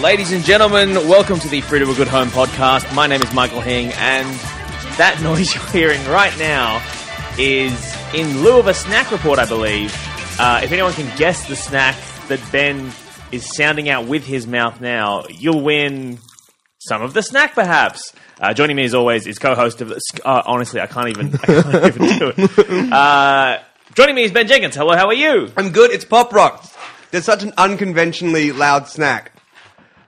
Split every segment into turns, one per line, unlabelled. Ladies and gentlemen, welcome to the Free to a Good Home podcast. My name is Michael Hing, and that noise you're hearing right now is in lieu of a snack report, I believe. Uh, if anyone can guess the snack that Ben is sounding out with his mouth now, you'll win some of the snack, perhaps. Uh, joining me, as always, is co-host of. the- Uh, honestly, I can't even. I can't even do it. Uh, joining me is Ben Jenkins. Hello, how are you?
I'm good. It's pop rocks. They're such an unconventionally loud snack.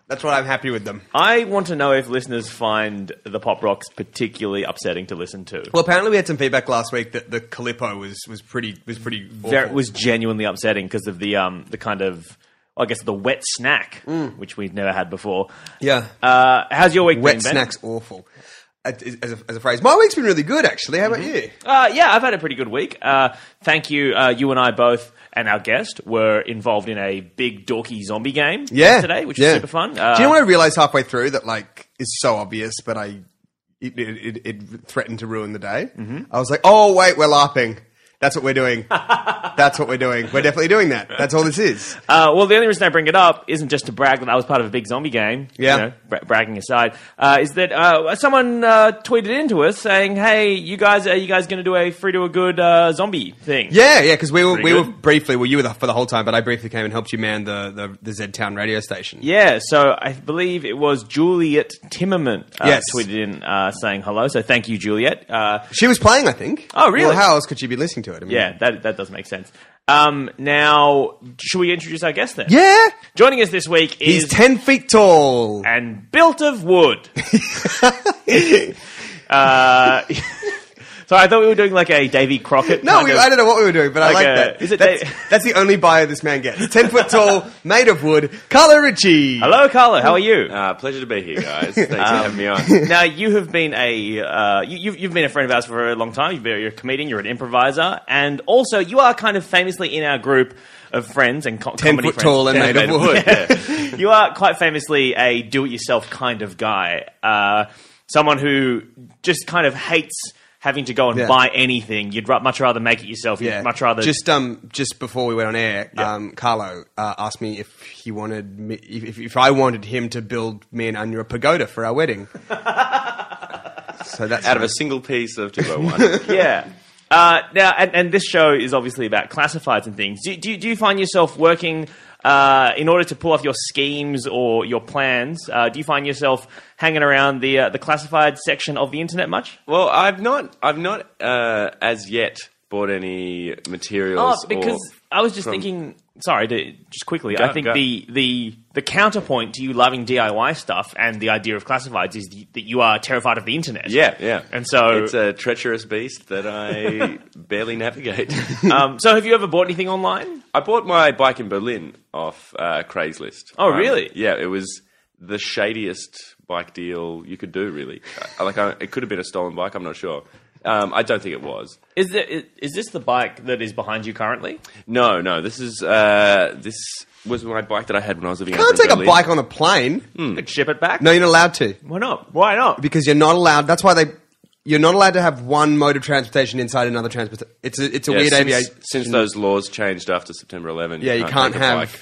That's what I'm happy with them.
I want to know if listeners find the pop rocks particularly upsetting to listen to.
Well, apparently we had some feedback last week that the Calippo was was pretty was pretty awful.
Ver- it was genuinely upsetting because of the um the kind of I guess the wet snack which we've never had before.
yeah.
Uh, how's your week
Mm. Wet
been, Ben?
snacks awful. As as a, as a phrase, my week's been really good actually. How about you?
Uh, yeah, I've had a pretty good week. Uh, thank you. Uh, you and I both and our guest were involved in a big dorky zombie game
Yeah,
today, which
yeah.
was super fun. Uh,
Do you know what I realized halfway through that like is so obvious, but I it, it, it, it threatened to ruin the day. Mm-hmm. I was like, oh wait, we're LARPing. That's what we're doing. That's what we're doing. We're definitely doing that. That's all this is.
Uh, well, the only reason I bring it up isn't just to brag that I was part of a big zombie game.
Yeah.
You know, bra- bragging aside, uh, is that uh, someone uh, tweeted into us saying, "Hey, you guys, are you guys going to do a free to a good uh, zombie thing?"
Yeah, yeah, because we were we
good.
were briefly well, you were the, for the whole time, but I briefly came and helped you man the the, the Z Town radio station.
Yeah, so I believe it was Juliet Timmerman uh,
Yes.
tweeted in uh, saying hello. So thank you, Juliet. Uh,
she was playing, I think.
Oh, really?
Well, how else could she be listening to it? I mean,
yeah, that that does make sense. Um, now, should we introduce our guest then?
yeah.
Joining us this week
He's
is
ten feet tall.
and built of wood. uh, so I thought we were doing like a Davy Crockett.
No,
kind
we,
of-
I don't know what we were doing, but I
Like
like
a-
that.
is it
that's,
Dave-
that's the only bio this man gets. Ten foot tall, made of wood. Carlo Ritchie.
Hello, Carlo. How are you? Um,
Uh, pleasure to be here, guys. Thanks for having me on.
now you have been a uh, you, you've, you've been a friend of ours for a long time. You've been, you're a comedian, you're an improviser, and also you are kind of famously in our group of friends and co-
Ten
comedy
foot
friends.
tall and made,
Made
of
of
wood.
you are quite famously a do-it-yourself kind of guy, uh, someone who just kind of hates having to go and
Yeah.
buy anything. You'd ra- much rather make it yourself. You'd much rather
Just um, just before we went on air, um, Carlo uh, asked me if he wanted me, if, if- if I wanted him to build me and Anya a pagoda for our wedding. so that's
Out of a single piece of 201.
yeah. Uh, now, and, and this show is obviously about classifieds and things. Do, do, do you find yourself working uh, in order to pull off your schemes or your plans? Uh, do you find yourself hanging around the uh, the classified section of the internet much?
well, I've not, I've not uh, as yet bought any
Oh,
materials.
because
or
I was just
from-
thinking. Sorry, to, just quickly.
Go,
I think
go.
the the the counterpoint to you loving DIY stuff and the idea of classifieds is the, that you are terrified of the internet.
Yeah, yeah.
And so-
it's a treacherous beast that I barely navigate.
Um, so, have you ever bought anything online?
I bought my bike in Berlin off uh, Craigslist.
Oh, really?
Yeah, it was the shadiest bike deal you could do. Really, I, like I, it could have been a stolen bike. I'm not sure. Um, I don't think it was.
Is there, is, is this the bike that is behind you currently?
No, no. This is uh, this was my bike that I had when I was living.
You can't take a bike on a plane.
Could ship it back?
No, you're not allowed to
Why not? Why not?
because you're not allowed. That's why they. You're not allowed to have one mode of transportation inside another transport. It's a, it's a
Yeah,
weird
since,
aviation.
Since those laws changed after September 11,
yeah, you can't,
take a
have.
bike.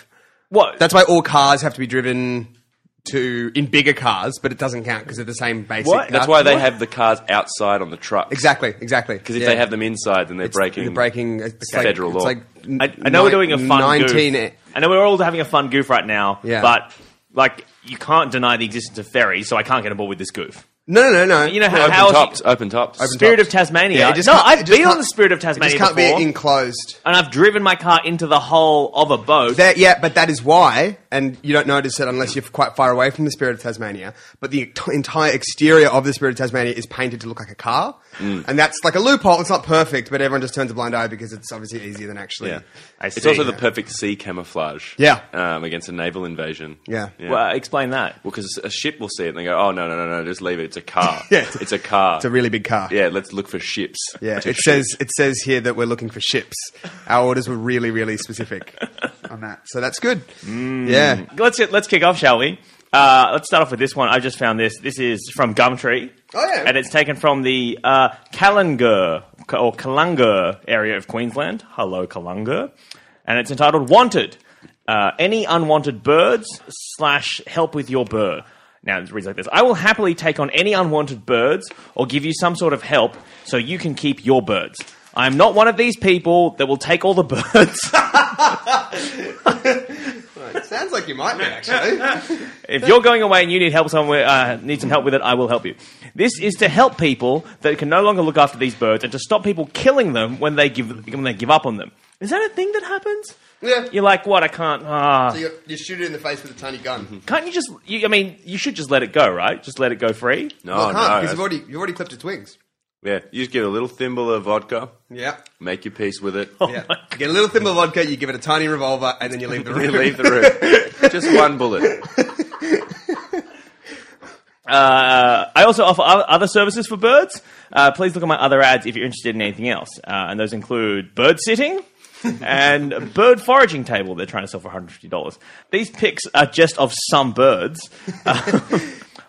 What?
That's why all cars have to be driven to in bigger cars, but it doesn't count because they're the same basic.
What?
That's
car.
why they have the cars outside on the truck.
Exactly, exactly.
Because if they have them inside, then they're breaking.
You're breaking it's like,
federal
It's
law.
like
I, I know we're doing a fun
nineteen. e-
goof. I know we're all having a fun goof right now.
Yeah.
But like, you can't deny the existence of ferries, so I can't get on board with this goof.
No, no, no, no.
You know how,
Open
how else-
tops, open tops.
Spirit
tops.
of Tasmania.
Yeah, it just
no,
can't-
I've
it just
been on
can't-
the Spirit of
it just
Tasmania
can't
before,
be enclosed.
and I've driven my car into the hull of a boat.
That, yeah, but that is why, and you don't notice it unless you're quite far away from the Spirit of Tasmania. But the ent- entire exterior of the Spirit of Tasmania is painted to look like a car,
Mm.
and that's like a loophole. It's not perfect, but everyone just turns a blind eye because it's obviously easier than actually.
Yeah.
I
It's
see.
also the perfect sea camouflage.
Yeah.
Um, against a naval invasion.
Yeah.
well, uh, explain that.
Well, because a ship will see it and they go, oh, no, no, no, no, just leave it. It's a car.
Yeah.
It's a car.
It's a really big car.
yeah, let's look for ships.
Yeah,
To
it
shoot.
says it says here that we're looking for ships. Our orders were really, really specific on that, so that's good.
Mm.
Yeah,
Let's let's kick off, shall we? Uh, let's start off with this one. I just found this. This is from Gumtree.
Oh, yeah.
And it's taken from the uh, Kalungur or Kalungur area of Queensland. Hello, Kalungur. And it's entitled "Wanted." Uh, any unwanted birds slash help with your burr. Now it reads like this: I will happily take on any unwanted birds or give you some sort of help so you can keep your birds. I am not one of these people that will take all the birds.
It sounds like you might be actually.
If you're going away and you need help somewhere, uh, need some help with it, I will help you. This is to help people that can no longer look after these birds and to stop people killing them when they give when they give up on them. Is that a thing that happens?
Yeah.
You're like, what? I can't. ah.
you, you shoot it in the face with a tiny gun.
can't you just? You, I mean, you should just let it go, right? Just let it go free.
Oh, No,
well, I can't because
no.
you've already you've already clipped its wings.
yeah, you just get a little thimble of vodka,
Yeah.
make your peace with it,
Yeah. You get a little thimble of vodka, you give it a tiny revolver, and then you leave the room.
you leave the room. just one bullet.
Uh, I also offer o- other services for birds. Uh, please look at my other ads if you're interested in anything else, uh, and those include bird sitting and a bird foraging table. They're trying to sell for 150 dollars. These pics are just of some birds. Uh,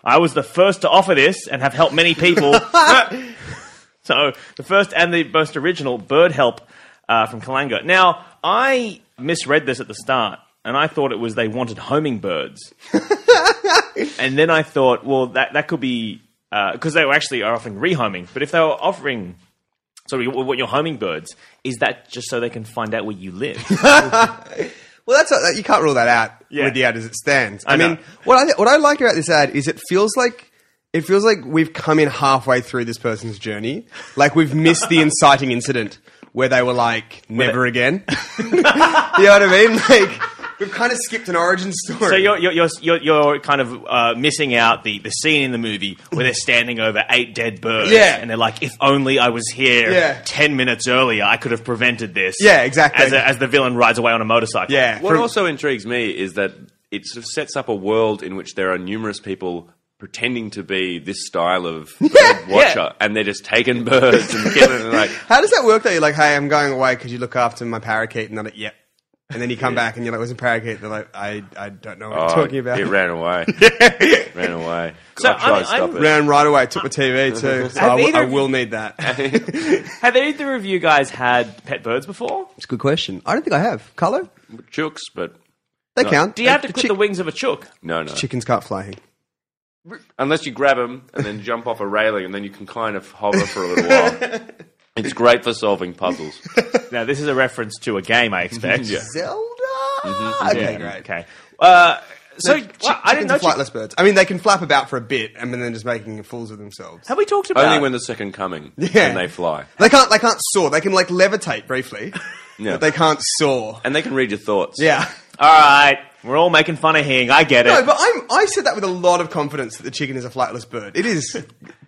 I was the first to offer this and have helped many people. so the first and the most original bird help uh, from Kalanga. Now I misread this at the start, and I thought it was they wanted homing birds and then I thought, well, that that could be because they were actually are offering rehoming. But if they were offering, sorry, what what you're homing birds is that just so they can find out where you live?
Well, that's not, you can't rule that out
Yeah.
with the ad as it stands. I,
know.
mean, what I what I like about this ad is it feels like it feels like we've come in halfway through this person's journey. Like we've missed the inciting incident where they were like, "Never again." you know what I mean? Like we've kind of skipped an origin story.
so you're you're you're, you're, you're kind of uh, missing out the, the scene in the movie where they're standing over eight dead birds,
Yeah.
and they're like, if only I was here
Yeah.
ten minutes earlier, I could have prevented this.
Yeah, exactly.
As, a, as the villain rides away on a motorcycle.
yeah.
What
from-
also intrigues me is that it sort of sets up a world in which there are numerous people pretending to be this style of bird watcher, and they're just taking birds and killing them. Like,
how does that work? Though you're like, "Hey, I'm going away. Could you look after my parakeet?" And they're like, "Yep." And then you come back and you're like, "Where's a parakeet?" They're like, "I I don't know what
oh,
you're talking about."
it ran away, ran away.
So,
I'll try
I'm-
to stop
I'm-
it.
Ran right away. Took my TV too. So I,
Have
w-
either
I
of you-
will need that.
Have either of you guys had pet birds before?
It's a good question. I don't think I have. Carlo?
Chooks, but
They count.
Do you have to clip
Chick-
the wings of a chook?
no, no.
Chickens can't fly. here.
Unless you grab them and then jump off a railing, and then you can kind of hover for a little while. It's great for solving puzzles.
Now this is a reference to a game, I expect.
Yeah.
Zelda? Okay,
Yeah,
great.
Okay. Uh, so well, I didn't
Mm-hmm. Chickens
know.
are
Chick-
flightless birds. I mean, they can flap about for a bit and then just making fools of themselves.
have we talked about
Only when the second coming,
Yeah.
and they fly,
They can't. They can't soar. They can like levitate briefly,
Yeah.
but they can't soar.
and they can read your thoughts.
Yeah.
All right, we're all making fun of Hing. I get it.
No, but I'm. I said that with a lot of confidence that the chicken is a flightless bird. It is,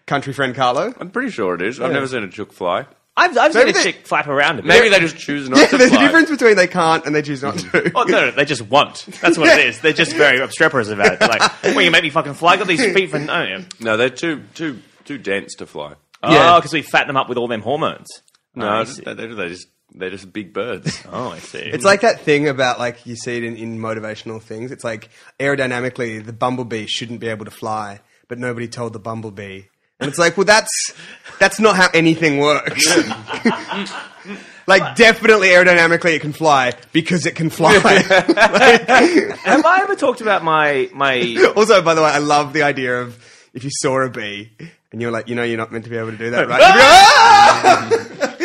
country friend Carlo.
I'm pretty sure it is. I've
Yeah.
never seen a chook fly.
I've, I've seen
Maybe
a
they-
chick flap around a bit.
Maybe they just choose not
Yeah,
to
there's
fly.
a difference between they can't and they choose not to.
Oh, no, no, they just won't. That's what it is. They're just very obstreperous about it. They're Like, well, you make me fucking fly. I got these feet for no. Yeah.
No, they're too too too dense to fly.
Oh,
Yeah.
because we fatten them up with all them hormones.
No,
I
just-
see.
they, they're just they're just big birds.
Oh, I see.
It's like that thing about like you see it in, in motivational things. It's like aerodynamically the bumblebee shouldn't be able to fly, but nobody told the bumblebee. And it's like, well, that's that's not how anything works. like, definitely aerodynamically it can fly because it can fly.
Have I ever talked about my my?
also, by the way, I love the idea of if you saw a bee and you're like, you know, you're not meant to be able to do that, right? You'd be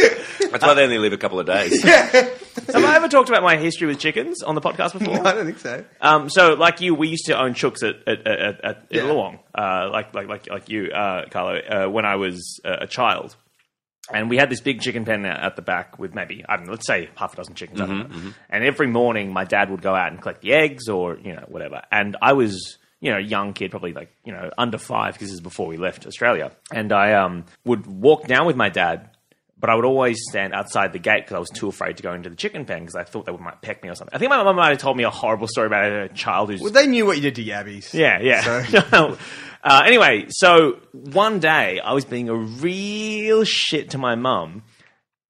like,
That's why they only live a couple of days.
Have I ever talked about my history with chickens on the podcast before?
"Ah!" I don't think so.
Um, so, like you, we used to own chooks at at, at, at, at
Yeah.
Illawong, uh, like like like like you, uh, Carlo, uh, when I was uh, a child, and we had this big chicken pen out at the back with maybe I don't know, let's say half a dozen chickens. I don't know. And every morning, my dad would go out and collect the eggs, or you know whatever. And I was you know a young kid, probably like you know under five, because this is before we left Australia. And I um, would walk down with my dad but I would always stand outside the gate because I was too afraid to go into the chicken pen because I thought they might peck me or something. I think my mum might have told me a horrible story about a child who's
Well, they knew what you did to yabbies.
yeah, yeah. uh, anyway, so one day I was being a real shit to my mum,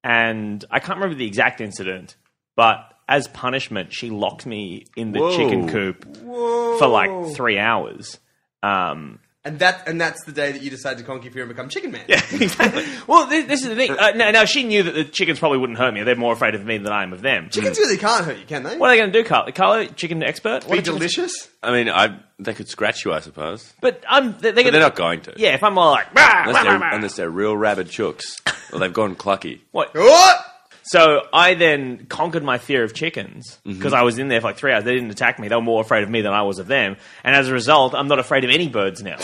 and I can't remember the exact incident, but as punishment, she locked me in the
Whoa.
chicken coop for like three hours. Um,
And that and that's the day that you decide to conquer fear and become Chicken Man.
exactly. Well, this, this is the thing. Uh, now, now, she knew that the chickens probably wouldn't hurt me. They're more afraid of me than I am of them. Hmm.
Chickens really can't hurt you, can they?
What are they going to do, Carlo? Carlo, chicken expert? What
Be
are chickens-
delicious.
I mean, I they could scratch you, I suppose.
But um, I'm. They're, they're,
But they're not going to.
Yeah, if I'm all like. "Rah,
Unless
rah,
they're,
rah, rah."
unless they're real rabid chooks. Well, they've gone clucky.
What?
Oh!
So I then conquered my fear of chickens
Mm-hmm.
because I was in there for like three hours. They didn't attack me. They were more afraid of me than I was of them. And as a result, I'm not afraid of any birds now.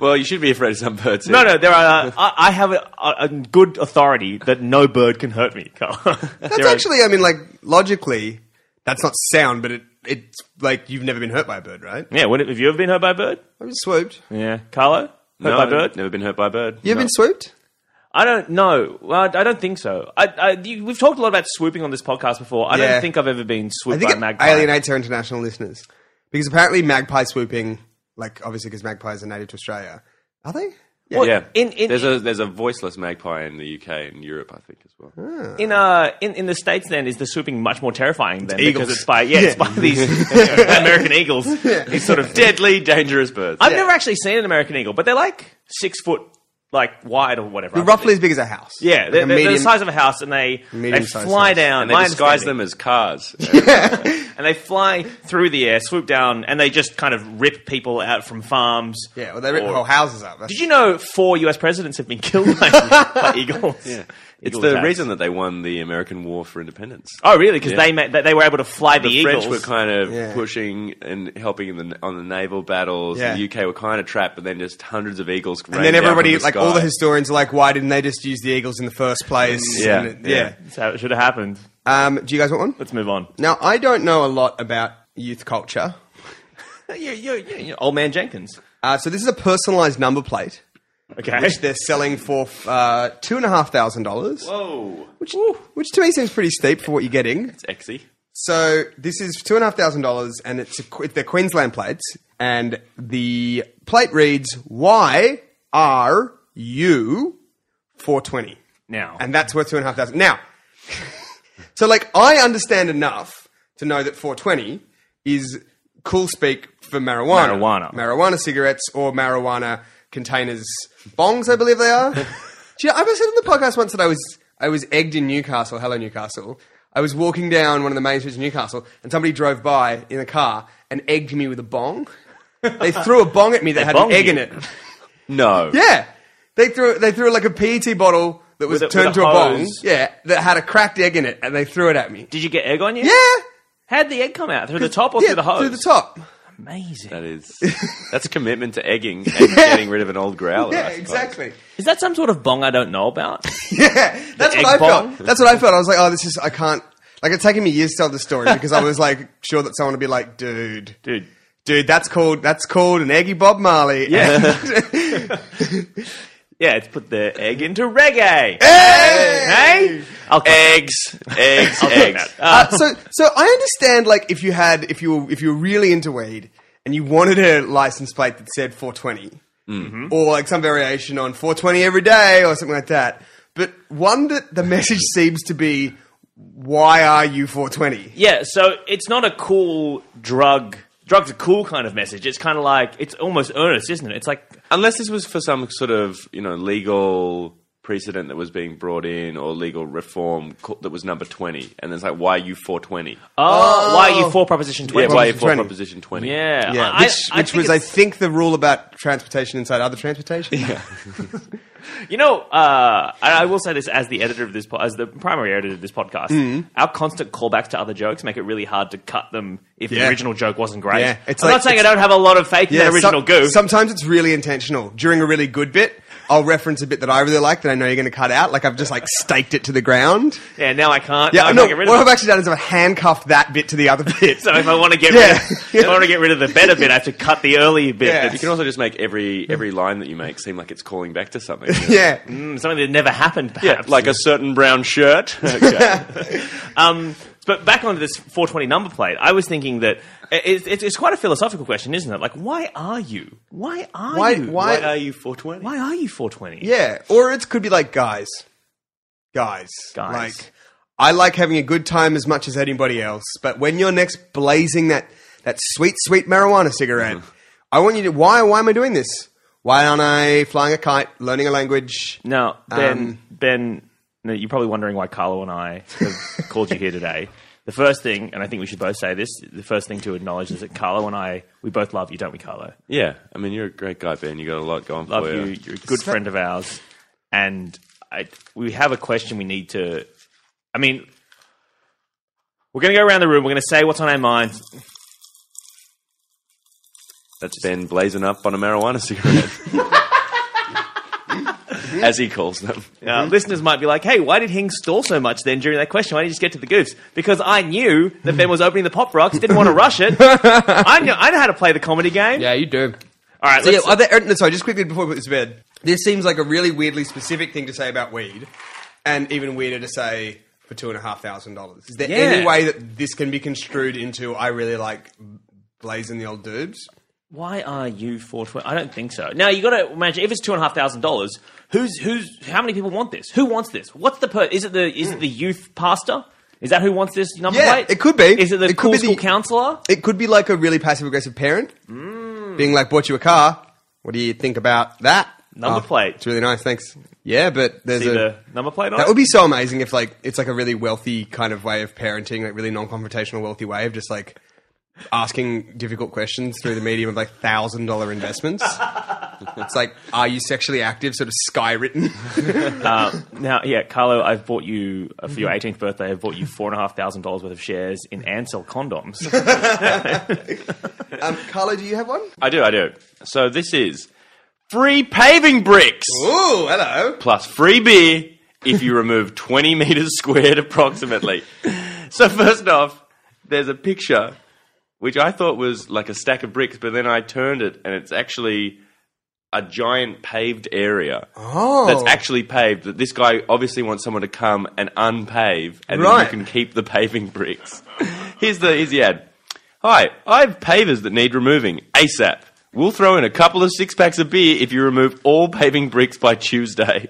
Well, you should be afraid of some birds.
no,
here.
no, there are. I, I have a, a, a good authority that no bird can hurt me. Carl.
That's actually, I mean, like logically, that's not sound, but it it's like you've never been hurt by a bird, right?
yeah. Would it, have you ever been hurt by a bird?
I've been swooped.
Yeah, Carlo. Hurt
No,
by a bird?
Never been hurt by a bird.
You ever
No.
been swooped?
I don't know. Well, I I don't think so. I, I, you, we've talked a lot about swooping on this podcast before. I
Yeah.
don't think I've ever been swooped
I think
by a
it
magpie.
alienates our international listeners because apparently magpie swooping, like obviously because magpies are native to Australia, are they? Yeah.
What-
Yeah.
In- in-
there's a there's a voiceless magpie in the UK and Europe, I think, as well.
In uh, in, in the states, then is the swooping much more terrifying then
eagles.
because it's by yeah, it's by these American eagles. These sort of dead.
Deadly dangerous birds.
I've never actually seen an American eagle, but they're like six foot like wide or whatever. I
Roughly
believe.
as big as a house.
Yeah,
Like
they're,
a
they're the
medium-
size of a house, and they they
Medium-sized
fly
house.
down.
and they
my
disguise
understanding-
them as cars.
and they fly through the air, swoop down, and they just kind of rip people out from farms.
Yeah, well, they rip
Or-
whole houses up. That's-
Did you know four U.S. presidents have been killed by, by eagles? Yeah.
it's the reason that they won the American War for Independence.
Oh, really? Because
Yeah.
they ma- they they were able to fly the,
the
eagles.
French were kind of
Yeah.
pushing and helping in the, on the naval battles.
Yeah.
The UK were kind of trapped, but then just hundreds of eagles.
and then everybody, like all the historians, are like, why didn't they just use the eagles in the first place?
Yeah,
And it-
yeah.
That's how it should have happened.
yeah. Um, do you guys want one?
Let's move on.
Now, I don't know a lot about youth culture.
you you you you old man Jenkins.
Uh, so this is a personalized number plate,
Okay.
which they're selling for uh, two and a half thousand dollars,
oh,
which which to me seems pretty steep for what you're getting.
it's exy.
So this is two and a half thousand dollars, and it's a, qu- they're Queensland plates, and the plate reads "Y R U 420."
now.
and that's worth two and a half thousand. Now, so like I understand enough to know that 420 is cool speak for marijuana,
Marijuana.
marijuana cigarettes or marijuana containers, bongs, I believe they are. Do you know, I was said on the podcast once that I was I was egged in Newcastle. Hello, Newcastle. I was walking down one of the main streets in Newcastle, and somebody drove by in a car and egged me with a bong. They threw a bong at me that had
bonged
an egg
you.
in it.
No,
Yeah, they threw they threw like a PET bottle that was
With a-
turned
with a
to a bong.
hose.
Yeah, that had a cracked egg in it, and they threw it at me.
Did you get egg on you?
Yeah,
How'd the egg come out? Through the top or
yeah,
through the hose?
Through the top.
Amazing.
that is that's a commitment to egging and getting rid of an old
Oh,
growler. I
Yeah,
suppose.
exactly.
Is that some sort of bong I don't know about?
Yeah, that's
egg
what I
bong?
felt. That's what I felt. I was like, oh, this is I can't. Like it's taken me years to tell the story because I was like sure that someone would be like, dude,
Dude.
dude, that's called that's called an eggy Bob Marley.
Yeah. yeah, it's put the egg into reggae. Hey! I'll
Eggs, eggs, eggs.
Uh, so so I understand like if you had if you were if you were really into weed and you wanted a license plate that said 420
Mm-hmm.
or like some variation on 420 every day or something like that, but one that the message seems to be why are you 420?
Yeah, so it's not a cool drug. Drugs a cool kind of message. It's kind of like, it's almost earnest, isn't it? It's like,
Unless this was for some sort of you know legal precedent that was being brought in or legal reform co- that was number 20 and it's like why are you 420
oh, why are you for Proposition 20?
yeah why are you for
20?
proposition 20
Yeah,
Yeah,
I-
which,
I- I
which
think
was I
it's-
think the rule about transportation inside other transportation.
You know, uh, and I will say this as the editor of this, po- as the primary editor of this podcast,
Mm.
our constant callbacks to other jokes make it really hard to cut them if the
Yeah.
original joke wasn't great.
Yeah, it's
I'm
like-
not saying I
it's-
don't have a lot of faith in the
some-
original goof.
Sometimes it's really intentional. During a really good bit, I'll reference a bit that I really like that I know you're going to cut out. Like I've just like staked it to the ground.
yeah, now I can't.
Yeah,
now I
no.
can't get rid
What
of
I've
it.
actually done is I've handcuffed that bit to the other bit.
So if I want to get rid,
Yeah.
of, if I want to get rid of the better bit, I have to cut the early bit.
Yeah.
You can also just make
Mm.
every every line that you make seem like it's calling back to something.
yeah,
That's something that never happened, perhaps.
like a certain brown shirt. Okay.
Um, but back onto this 420 number plate, I was thinking that it's, it's, it's quite a philosophical question, isn't it? Like, why are you? Why are
Why-
you?
why-
are you 420?
Why are you 420?
yeah. Or it could be like guys, guys,
Guys.
Like I like having a good time as much
Mm-hmm.
as anybody else, but when you're next blazing that that sweet, sweet marijuana cigarette, I want you to. Why? Why am I doing this? Why aren't I flying a kite, learning a language?
Now, Ben,
Um,
Ben, no, you're probably wondering why Carlo and I have called you here today. The first thing, and I think we should both say this, the first thing to acknowledge is that Carlo and I, we both love you, don't we, Carlo?
Yeah, Oh, I mean, you're a great guy, Ben. You got a lot going
Love
for
you. You're a good friend of ours. And I, we have a question we need to. I mean, we're going to go around the room. We're going to say what's on our mind.
That's Ben blazing up on a marijuana cigarette, as he calls them.
Now, Uh,
Hmm?
listeners might be like, hey, why did Hing stall so much then during that question? Why didn't you just get to the goofs? Because I knew that Ben was opening the pop rocks, didn't want to rush it. I, know, I know how to play the comedy game.
Yeah, you do.
All right,
So yeah,
let's,
are there, uh, no, sorry, just quickly before we put this to bed. This seems like a really weirdly specific thing to say about weed, and even weirder to say for two and a half thousand dollars. Is there
Yeah.
any way that this can be construed into I really like blazing the old dudes?
why are you four twenty? I don't think so. Now you got to imagine if it's two and a half thousand dollars, who's who's how many people want this? Who wants this? What's the per? Is it the is it the youth pastor? Is that who wants this number
Yeah,
plate?
it could be.
Is it the
It
cool
could be the- Ah.
school counselor?
It could be like a really passive aggressive parent
Mm.
being like, "Bought you a car. What do you think about that?"
Number plate.
It's really nice. Thanks. Yeah, but there's
See
a
the number plate on
That
it?
would be so amazing if like it's like a really wealthy kind of way of parenting, like really non-confrontational wealthy way of just like asking difficult questions through the medium of like thousand dollar investments. it's like, are you sexually active? Sort of skywritten.
Now, yeah, Carlo, I've bought you uh, for your 18th birthday. I've bought you four and a half thousand dollars worth of shares in Ansell condoms.
um, Carlo, do you have one?
I do, I do. So this is free paving bricks
Ooh, hello.
plus free beer if you remove 20 meters squared approximately. so first off, there's a picture which I thought was like a stack of bricks, but then I turned it and it's actually a giant paved area
Oh,
that's actually paved. That this guy obviously wants someone to come and unpave, and then
Right.
you can keep the paving bricks. here's the here's the ad. Hi, I have pavers that need removing ASAP. We'll throw in a couple of six packs of beer if you remove all paving bricks by Tuesday.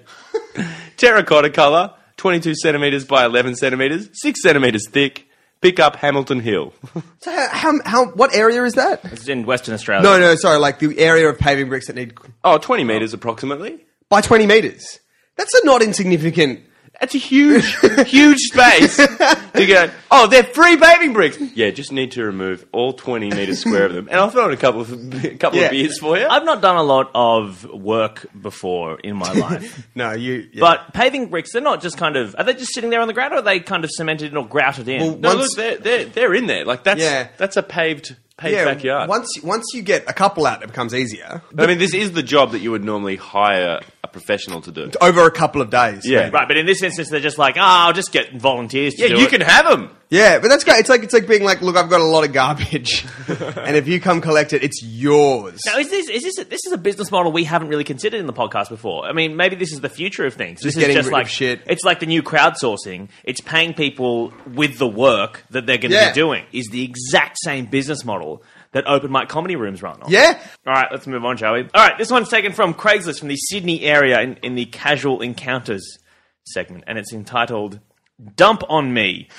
Terracotta color, 22 centimeters by 11 centimeters, 6 centimeters thick. Pick up Hamilton Hill.
So how, how, how? What area is that?
it's in Western Australia.
No, no, sorry. Like the area of paving bricks that need
Oh, 20 meters approximately.
by twenty meters. That's a not insignificant.
That's a huge, huge space to go, oh, they're free paving bricks. Yeah, just need to remove all 20 metres square of them. And I'll throw in a couple of, a couple
Yeah.
of beers for you.
I've not done a lot of work before in my life,
No, you. yeah.
but paving bricks—they're not just kind of. Are they just sitting there on the ground, or are they kind of cemented in or grouted in?
Well,
no,
once-
look, they're, they're, they're in there. Like, that's,
Yeah.
that's a paved, paved backyard.
Once once you get a couple out, it becomes easier.
I mean, this is the job that you would normally hire a professional to do.
Over a couple of days.
Yeah.
maybe.
right, but in this instance, they're just like, ah, I'll just get volunteers. To
Yeah,
do
you
it."
can have them.
Yeah, but that's great. It's like it's like being like, look, I've got a lot of garbage, and if you come collect it, it's yours.
Now, is this is this this is a business model we haven't really considered in the podcast before? I mean, maybe this is the future of things. this
getting
is just
rid of
like
shit.
It's like the new crowdsourcing. It's paying people with the work that they're going to
Yeah.
be doing. Is the exact same business model that open mic comedy rooms run on.
Yeah,
All right, let's move on, shall we? All right, this one's taken from Craigslist from the Sydney area in, in the casual encounters segment, and it's entitled Dump on Me.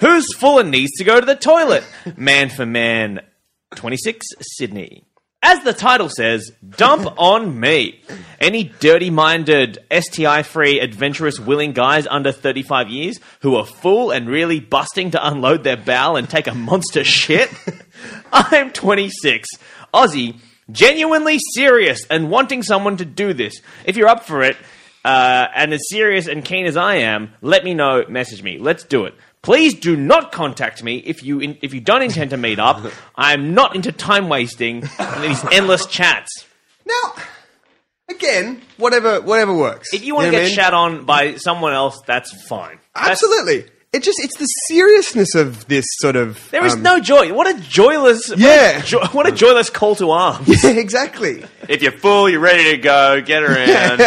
Who's full and needs to go to the toilet? Man for Man 26, Sydney. As the title says, dump on me. Any dirty minded, STI free, adventurous, willing guys under 35 years who are full and really busting to unload their bowel and take a monster shit? I'm 26, Aussie, genuinely serious and wanting someone to do this. If you're up for it, uh, and as serious and keen as I am, let me know. Message me. Let's do it. Please do not contact me if you in, if you don't intend to meet up. I am not into time wasting and these endless chats.
now again, whatever whatever works.
If you want to
know
get
what I mean?
shat on by someone else, that's fine. That's-
absolutely. It just it's the seriousness of this sort of.
There is
um,
no joy. What a joyless.
Yeah.
What a, jo- what a joyless call to arms.
Yeah, exactly.
If you're full, you're ready to go, get around.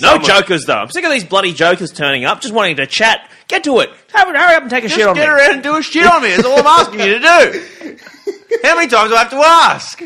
No jokers though. I'm sick of these bloody jokers turning up, just wanting to chat. Get to it. Have it. Hurry up and take a shit on
get
me.
around and do a shit on me. That's all I'm asking you to do. How many times do I have to ask?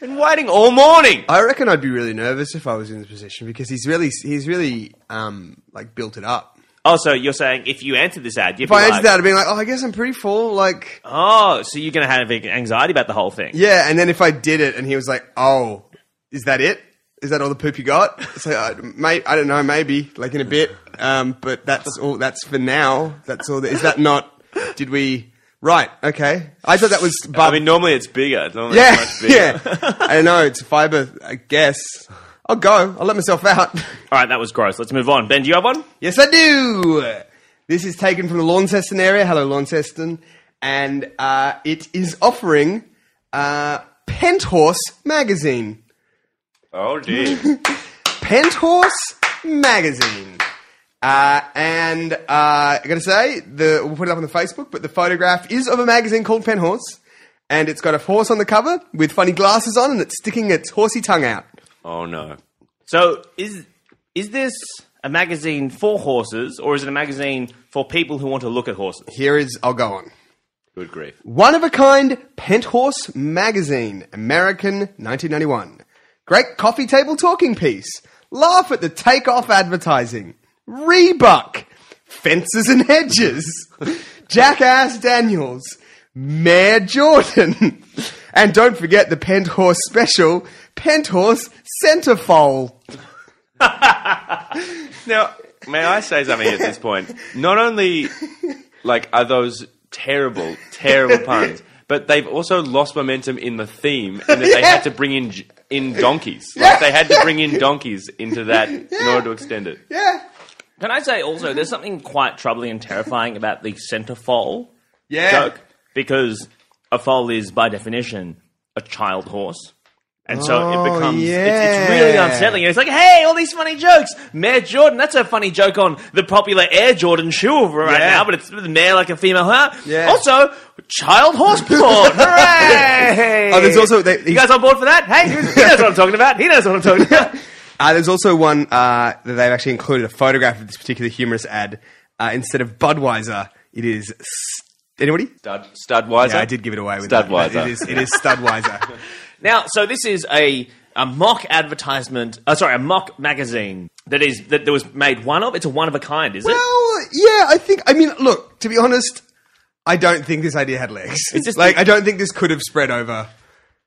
Been waiting all morning.
I reckon I'd be really nervous if I was in this position because he's really he's really um like built it up.
Oh, so you're saying if you answered this ad, you'd
If I
be
answered
like,
that, I'd be like, oh, I guess I'm pretty full. Like,
oh, so you're going to have anxiety about the whole thing.
yeah. And then if I did it, and he was like, oh, is that it? Is that all the poop you got? So, uh, mate, I don't know. Maybe like in a bit. Um, but that's all. That's for now. That's all. That, is that not? Did we? Right. Okay. I thought that was.
I
But
mean, normally it's bigger. Normally
yeah,
it's much bigger.
yeah. I don't know. It's fiber. I guess. I'll go. I'll let myself out.
All right, that was gross. Let's move on. Ben, do you have one?
Yes, I do. This is taken from the Launceston area. Hello, Launceston. And uh, it is offering uh, Penthorse magazine.
Oh dear.
Penthorse magazine. Uh, and uh, I gotta say, the, we'll put it up on the Facebook, but the photograph is of a magazine called Penthorse. And it's got a horse on the cover with funny glasses on, and it's sticking its horsey tongue out.
oh no.
So is is this a magazine for horses, or is it a magazine for people who want to look at horses?
Here is, I'll go on.
Good grief.
One of a kind Penthorse Magazine, American 1991. Great coffee table talking piece. Laugh at the takeoff advertising. Rebuck. Fences and hedges. Jackass Daniels. Mayor Jordan. And don't forget the Penthorse special, Penthorse Centerfold.
Now, may I say something at this point? Not only like are those terrible, terrible puns, but they've also lost momentum in the theme, in that they
Yeah.
had to bring in j- in donkeys. Like they had to bring in donkeys into that in order to extend it.
Yeah.
Can I say also, there's something quite troubling and terrifying about the centerfoal
Yeah.
joke because a foal is by definition a child horse. And so it
Oh,
becomes it's, it's really
yeah.
unsettling. And it's like, hey, all these funny jokes. Mayor Jordan, that's a funny joke on the popular Air Jordan shoe right
Yeah.
now, but it's the mayor like a female. Huh?
Yeah.
Also, child horse porn. Hooray!
Oh, there's also- they-
you guys on board for that? Hey, he knows what I'm talking about. He knows what I'm talking about.
Uh, there's also one uh, that they've actually included a photograph of this particular humorous ad. Uh, instead of Budweiser, it is st- anybody?
Stud, Studweiser.
Yeah, I did give it away with
Studweiser.
That. It is it is Studweiser.
Now, so this is a, a mock advertisement. Uh, sorry, a mock magazine that is that, that was made one of. It's a one of a kind, is it?
well, yeah, I think. I mean, look, to be honest, I don't think this idea had legs.
It's just-
like I don't think this could have spread over.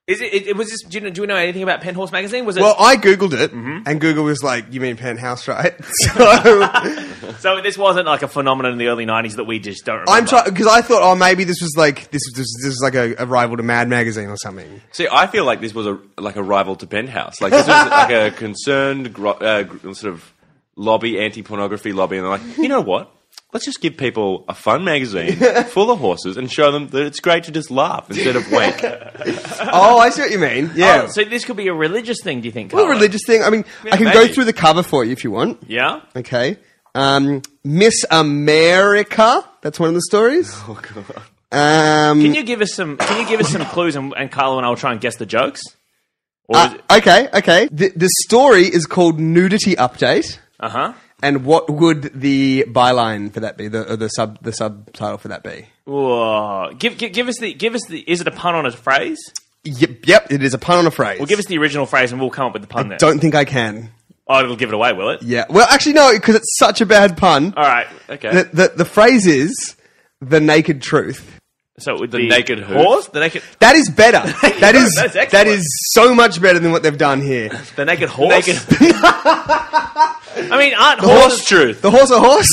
Is it? it, it was this? Do you, know, do you know anything about Penthorse magazine? Was it?
Well, I googled it,
Mm-hmm.
and Google was like, "You mean penthouse, right?" So
so this wasn't like a phenomenon in the early '90s that we just don't. Remember.
I'm trying because I thought, oh, maybe this was like this was this, this was like a, a rival to Mad Magazine or something.
See, I feel like this was a like a rival to Penthouse. Like this was like a concerned gro- uh, gr- sort of lobby, anti pornography lobby, and they're like, you know what? Let's just give people a fun magazine full of horses and show them that it's great to just laugh instead of wank.
oh, I see what you mean. Yeah.
Oh, so this could be a religious thing, do you think?
Well,
Carlo?
religious thing. I mean, I can go
maybe.
through the cover for you if you want.
Yeah.
Okay. Um, Miss America. That's one of the stories. Oh god. Um,
Can you give us some? Can you give us some clues, and, and Carlo and I will try and guess the jokes. Or
uh, okay. Okay. The, the story is called Nudity Update.
huh.
And what would the byline for that be? The or the sub the subtitle for that be?
Whoa. Give, give give us the give us the. Is it a pun on a phrase?
Yep. Yep. It is a pun on a phrase.
Well, give us the original phrase, and we'll come up with the pun then.
Uh, Don't think I can.
Oh, it'll give it away, will it?
Yeah. Well, actually, no, because it's such a bad pun.
All right. Okay.
The, the the phrase is the naked truth.
So it would the
naked hoof.
horse, the naked,
That is better. That is
That's excellent.
that is so much better than what they've done here.
the naked horse. I mean, aren't horses
Horse truth.
The horse a horse.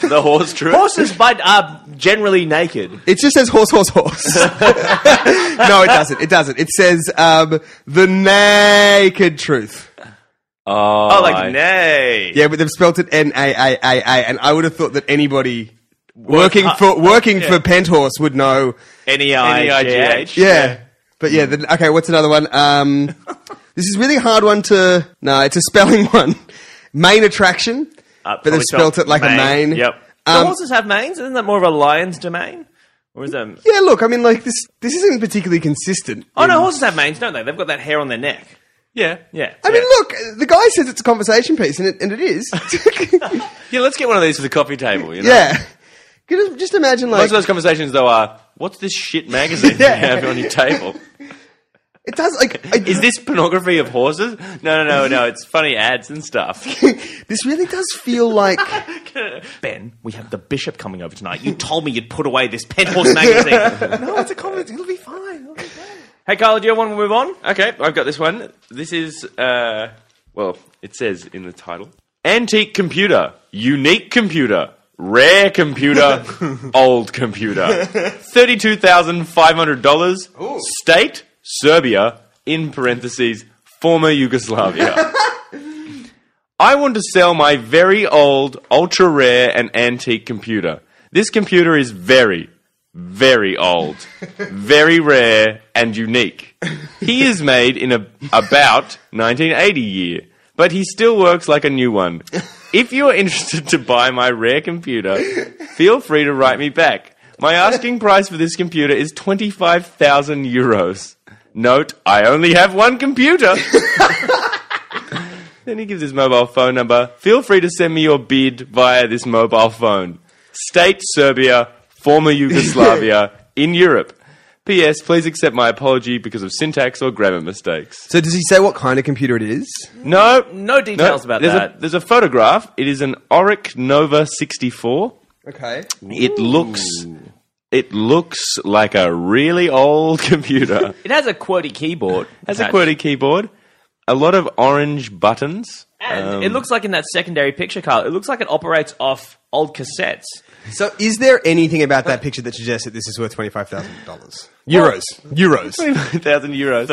The horse truth.
horses by are generally naked?
it just says horse horse horse. no, it doesn't. It doesn't. It says um, the naked truth.
Oh,
Oh, like
I-
nay.
Yeah, but they've spelt it N A A A A, and I would have thought that anybody working for working for Penthorse would know.
N e i g h.
N-E-I-G-H.
Yeah, but yeah. The, okay, what's another one? Um, this is really a hard one to. No, it's a spelling one. Main attraction,
Uh,
but they've
probably
spelt it like a main.
Yep. Do
Um,
horses have manes? Isn't that more of a lion's domain? Or is that?
Yeah, look, I mean, like this. This isn't particularly consistent.
Oh no, horses have manes, don't they? They've got that hair on their neck.
Yeah.
Yeah.
I mean, look, the guy says it's a conversation piece, and it, and it is.
Yeah, let's get one of these for the coffee table, you know?
yeah. Could you Just imagine,
Most
like,
of those conversations, though, are what's this shit magazine
Yeah.
you have on your table?
it does, like, I,
Is this pornography of horses? No, no, no, no. It's funny ads and stuff.
this really does feel like,
Ben, we have the bishop coming over tonight. You told me you'd put away this Penthouse magazine. no, it's a comment. It'll be fine. It'll be fine. Hey, Carla, do you want to move on?
Okay, I've got this one. This is, uh, well, it says in the title Antique computer, unique computer, rare computer, old computer. $32,500,
Ooh.
state, Serbia, in parentheses, former Yugoslavia. I want to sell my very old, ultra rare, and antique computer. This computer is very, very old, very rare, and unique. He is made in a, about 1980 year, but he still works like a new one. If you are interested to buy my rare computer, feel free to write me back. My asking price for this computer is 25,000 euros. Note, I only have one computer. Then he gives his mobile phone number. Feel free to send me your bid via this mobile phone. State Serbia, former Yugoslavia, in Europe. P.S. Please accept my apology because of syntax or grammar mistakes.
So does he say what kind of computer it is?
No,
No details about
there's
that.
A, there's a photograph. It is an Oric Nova 64.
Okay.
It looks. It looks like a really old computer.
It has a QWERTY keyboard.
Has a QWERTY keyboard, a lot of orange buttons.
And
Um,
it looks like in that secondary picture, Carl, it looks like it operates off old cassettes.
So is there anything about that picture that suggests that this is worth twenty five thousand dollars? Euros. Euros.
thousand euros.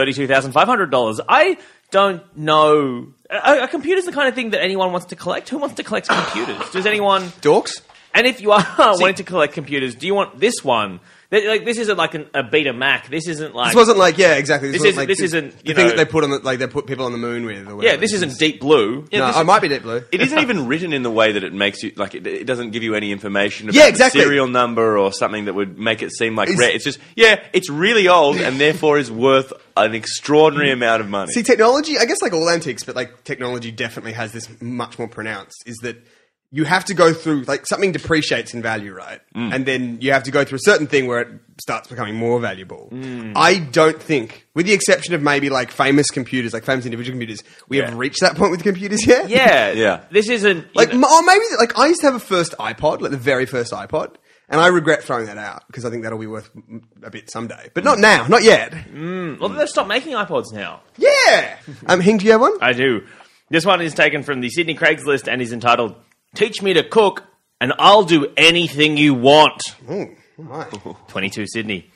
$32,500. I don't know. A, a computer's the kind of thing that anyone wants to collect. Who wants to collect computers? Does anyone.
Dorks?
And if you are wanting to collect computers, do you want this one? Th- Like this isn't like an, a Beta Mac. This isn't like
This wasn't like yeah, exactly.
This
wasn't
isn't-
like
this
the-
isn't,
the
you
thing
know-
that they put on the, like they put people on the moon with. Or whatever.
yeah. This isn't Deep Blue.
Yeah,
No,
this
I
is-
might be deep blue.
It isn't even written in the way that it makes you like it, it doesn't give you any information about
Yeah, exactly.
the serial number or something that would make it seem like
It's-
rare. It's just yeah, it's really old and therefore is worth an extraordinary
Mm.
amount of money.
See, technology, I guess like all antiques, but like technology definitely has this much more pronounced is that you have to go through, like something depreciates in value, right? And then you have to go through a certain thing where it starts becoming more valuable. I don't think, with the exception of maybe like famous computers, like famous individual computers, we
Yeah.
have reached that point with computers yet.
Yeah,
Yeah.
This isn't you
Like,
know-
m- or maybe, like, I used to have a first iPod, like the very first iPod, and I regret throwing that out because I think that'll be worth mm, a bit someday. But not now, not yet.
well, they've stopped making iPods now.
Yeah! um, Hing, do you have one?
I do. This one is taken from the Sydney Craigslist and is entitled "Teach Me to Cook and I'll Do Anything You Want."
Ooh, Mm. all right.
22 Sydney.